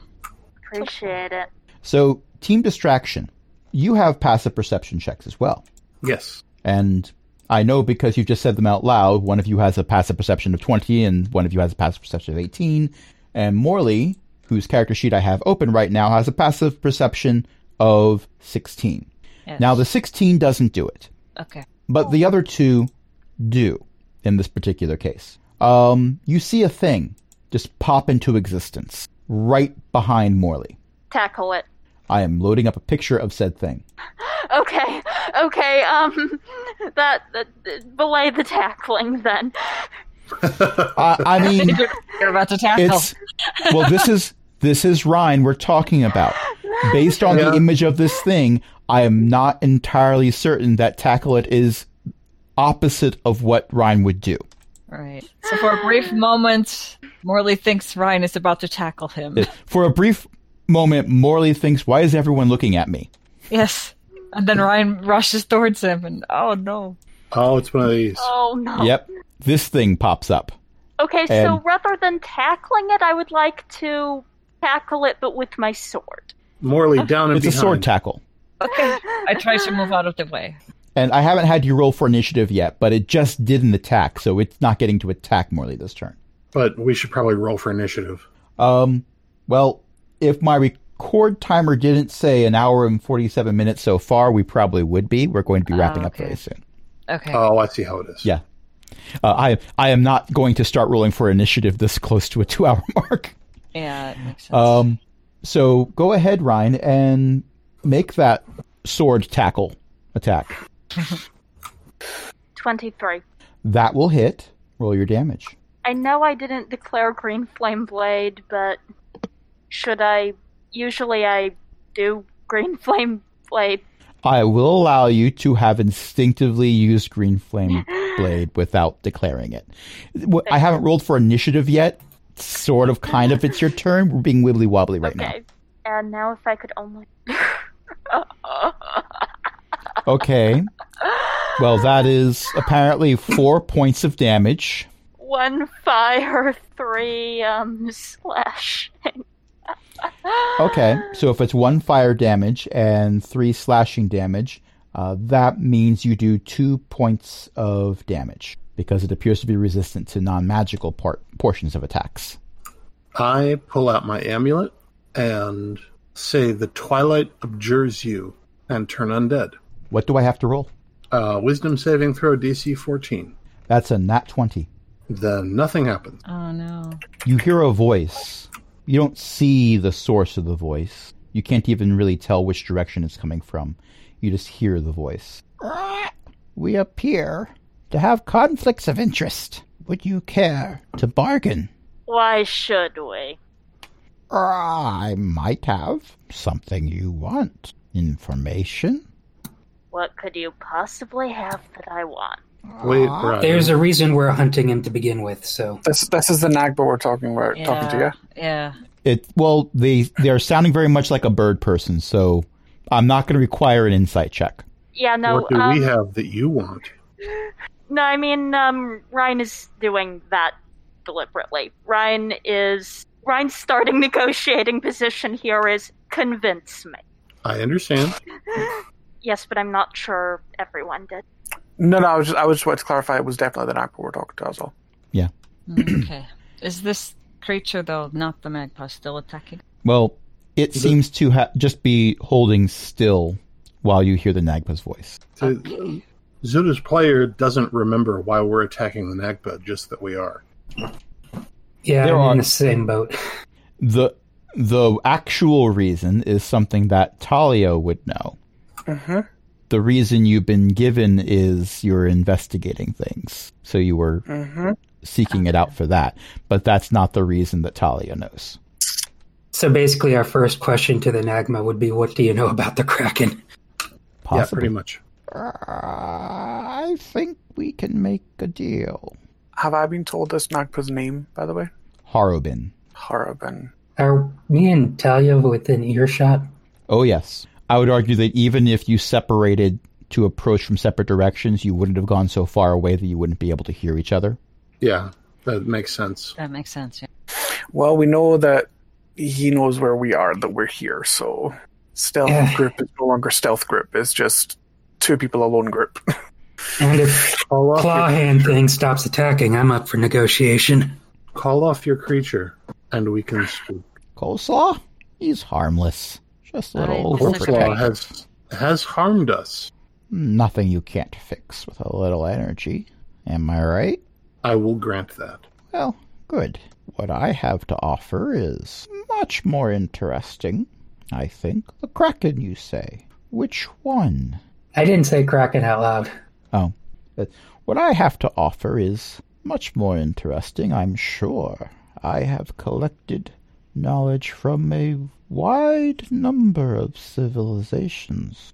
Speaker 3: appreciate it.
Speaker 1: So, team distraction. You have passive perception checks as well,
Speaker 5: Yes.
Speaker 1: and I know because you've just said them out loud. One of you has a passive perception of twenty, and one of you has a passive perception of eighteen. And Morley, whose character sheet I have open right now, has a passive perception of sixteen.
Speaker 4: Yes.
Speaker 1: Now, the sixteen doesn't do it.
Speaker 4: Okay.
Speaker 1: but the other two do in this particular case. Um, you see a thing just pop into existence right behind Morley.
Speaker 3: Tackle it.
Speaker 1: I am loading up a picture of said thing.
Speaker 3: Okay, okay. Um, [laughs] that, that belay the tackling then.
Speaker 1: I, I [laughs] mean,
Speaker 4: You're about to tackle.
Speaker 1: it's well. This is this is Ryan we're talking about. Based on
Speaker 5: Yeah.
Speaker 1: the image of this thing, I am not entirely certain that tackle it is opposite of what Ryan would do.
Speaker 4: Right. So for a brief moment, Morley thinks Ryan is about to tackle him.
Speaker 1: For a brief moment, Morley thinks, "Why is everyone looking at me?"
Speaker 4: yes. And then Ryan rushes towards him, and oh no.
Speaker 5: Oh, it's one of these.
Speaker 1: Uh,
Speaker 3: Oh no.
Speaker 1: Yep, this thing pops up.
Speaker 3: Okay, so
Speaker 1: And-
Speaker 3: rather than tackling it, I would like to tackle it, but with my sword.
Speaker 5: Morley down and
Speaker 1: uh, It's
Speaker 5: behind.
Speaker 1: a sword tackle.
Speaker 4: Okay. I try to move out of the way.
Speaker 1: And I haven't had you roll for initiative yet, but it just did an attack, so it's not getting to attack Morley this turn.
Speaker 5: but we should probably roll for initiative.
Speaker 1: Um, well, if my record timer didn't say an hour and 47 minutes so far, we probably would be. We're going to be wrapping up
Speaker 4: okay.
Speaker 1: very soon.
Speaker 4: Okay.
Speaker 5: Oh, I see how it is.
Speaker 1: Yeah. Uh, I I am not going to start rolling for initiative this [laughs] close to a two hour mark.
Speaker 4: yeah, it makes sense.
Speaker 1: Um, so go ahead, Ryan, and make that sword tackle attack.
Speaker 3: Twenty-three.
Speaker 1: That will hit. Roll your damage.
Speaker 3: I know I didn't declare Green Flame Blade, but should I? Usually I do Green [laughs] Flame Blade.
Speaker 1: I will allow you to have instinctively used Green Flame Blade without declaring it. W- I haven't rolled for initiative yet, sort of, kind of. It's your turn. We're being wibbly wobbly right
Speaker 3: okay. And now if I could only. [laughs]
Speaker 1: now. Okay. Well, that is apparently four points of damage.
Speaker 3: One fire, three um slashing.
Speaker 1: Okay, so if it's one fire damage and three slashing damage, uh, that means you do two points of damage because it appears to be resistant to non-magical part- portions of attacks.
Speaker 5: I pull out my amulet and say, The Twilight abjures you and turn undead.
Speaker 1: What do I have to roll?
Speaker 5: Uh, wisdom saving throw DC 14.
Speaker 1: That's a nat twenty.
Speaker 5: Then nothing happens.
Speaker 4: Oh no.
Speaker 1: You hear a voice. You don't see the source of the voice. You can't even really tell which direction it's coming from. You just hear the voice. We appear to have conflicts of interest. Would you care to bargain?
Speaker 3: Why should we?
Speaker 1: I might have something you want. Information?
Speaker 3: What could you possibly have that I want?
Speaker 5: Wait,
Speaker 1: Uh,
Speaker 5: Brian.
Speaker 6: There's a reason we're hunting him to begin with, so
Speaker 2: This this is the Nagba we're talking about.
Speaker 4: Yeah.
Speaker 2: Talking to you.
Speaker 4: Yeah.
Speaker 1: It well, they they are sounding very much like a bird person, so I'm not going to require an insight check.
Speaker 3: Yeah, no.
Speaker 5: what do
Speaker 3: um,
Speaker 5: we have that you want?
Speaker 3: No, I mean, um, Ryan is doing that deliberately. Ryan is Ryan's starting [laughs] negotiating position here is convince me.
Speaker 5: I understand.
Speaker 3: Yes, but I'm not sure everyone did.
Speaker 2: No, no, I was just, I was just wanted to clarify it was definitely the Nagba we're talking to as well.
Speaker 4: Mm, Okay. [clears throat] Is this creature though not the magpie still attacking?
Speaker 1: Well, it seems to ha- just be holding still while you hear the Nagpa's voice.
Speaker 5: So, Zuda's player doesn't remember why we're attacking the Nagba, just that we are.
Speaker 6: yeah,
Speaker 1: There
Speaker 6: I'm
Speaker 1: are-
Speaker 6: in the same boat.
Speaker 1: the The actual reason is something that Talia would know.
Speaker 2: Mm-hmm.
Speaker 1: The reason you've been given is you're investigating things, so you were
Speaker 2: Mm-hmm.
Speaker 1: seeking it out for that. But that's not the reason that Talia knows.
Speaker 6: So basically, our first question to the Nagma would be, "What do you know about the Kraken?"
Speaker 5: Yeah, pretty much.
Speaker 1: I think we can make a deal.
Speaker 2: Have I been told this Nagpa's name, by the way?
Speaker 1: Harobin.
Speaker 2: Harabin.
Speaker 6: Are me and Talia within earshot?
Speaker 1: Oh, yes. I would argue that even if you separated to approach from separate directions, you wouldn't have gone so far away that you wouldn't be able to hear each other.
Speaker 5: Yeah, that makes sense.
Speaker 4: That makes sense. Yeah.
Speaker 2: Well, we know that he knows where we are, that we're here, so stealth
Speaker 6: Yeah.
Speaker 2: group is no longer stealth group, it's just two people alone group.
Speaker 6: And if
Speaker 5: Call off,
Speaker 6: claw
Speaker 5: your,
Speaker 6: hand thing stops attacking, I'm up for negotiation.
Speaker 5: call off your creature, and we can speak.
Speaker 1: Coleslaw? He's harmless. Just a little
Speaker 4: I disagree.
Speaker 5: Claw
Speaker 1: overprotective.
Speaker 5: has has harmed us.
Speaker 1: Nothing you can't fix with a little energy. Am I right?
Speaker 5: I will grant that.
Speaker 1: Well, good. What I have to offer is much more interesting, I think. The Kraken, you say. Which one?
Speaker 6: I didn't say Kraken out loud.
Speaker 1: Oh. Uh, What I have to offer is much more interesting, I'm sure. I have collected knowledge from a wide number of civilizations.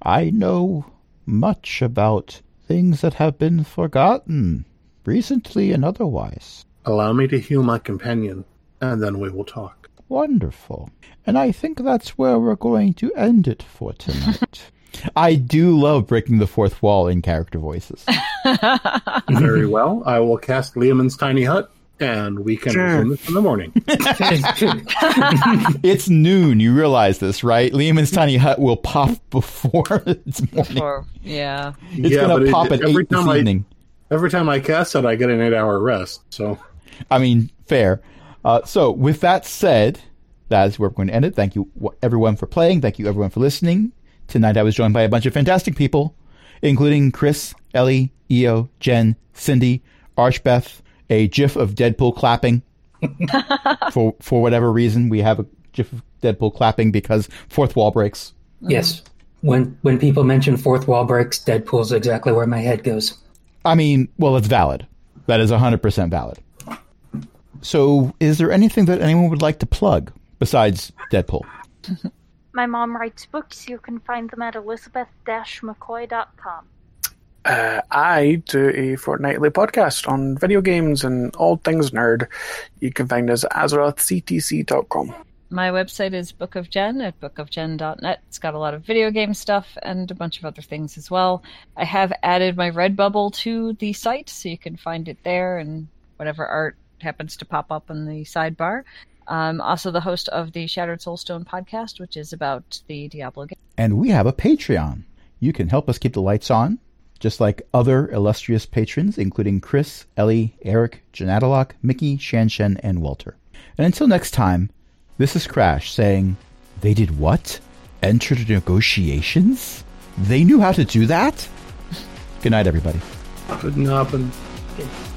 Speaker 1: I know much about things that have been forgotten, recently and otherwise.
Speaker 5: Allow me to heal my companion, and then we will talk. [laughs]
Speaker 1: Wonderful. And I think that's where we're going to end it for tonight. I do love breaking the fourth wall in character voices.
Speaker 5: Very well. I will cast Liamon's tiny hut, and we can
Speaker 2: Sure.
Speaker 5: resume this in the morning.
Speaker 1: It's noon. You realize this, right? Lehman's tiny hut will pop [laughs] before it's morning.
Speaker 4: Or- yeah.
Speaker 1: it's
Speaker 5: but
Speaker 1: gonna
Speaker 5: it-
Speaker 1: pop at
Speaker 5: every
Speaker 1: eight this
Speaker 5: time I-
Speaker 1: evening.
Speaker 5: Every time I cast it, I get an eight-hour rest. So
Speaker 1: I mean, fair. Uh, so, with that said, that is where we're going to end it. Thank you, wh- everyone, for playing. Thank you, everyone, for listening. Tonight, I was joined by a bunch of fantastic people, including Chris, Ellie, Eo, Jen, Cindy, Archbeth, a GIF of Deadpool clapping. for for whatever reason, we have a GIF of Deadpool clapping because fourth wall breaks.
Speaker 6: [laughs] yes. When when people mention fourth wall breaks, Deadpool's exactly where my head goes.
Speaker 1: I mean, well, it's valid. That is 100% valid. So, is there anything that anyone would like to plug besides Deadpool?
Speaker 3: My mom writes books. You can find them at elizabeth-mccoy.com.
Speaker 2: Uh, I do a fortnightly podcast on video games and all things nerd. You can find us at azerothctc.com.
Speaker 4: My website is Book of Gen at bookofgen.net. It's got a lot of video game stuff and a bunch of other things as well. I have added my Redbubble to the site, so you can find it there and whatever art happens to pop up in the sidebar. I'm also the host of the Shattered Soulstone podcast, which is about the Diablo game.
Speaker 1: And we have a Patreon. You can help us keep the lights on, just like other illustrious patrons, including Chris, Ellie, Eric, Janadalok, Mickey, Shanshen, and Walter. And until next time, this is Crash saying, They did what? Enter negotiations? They knew how to do that? Good night, everybody.
Speaker 5: Couldn't happen.
Speaker 6: Good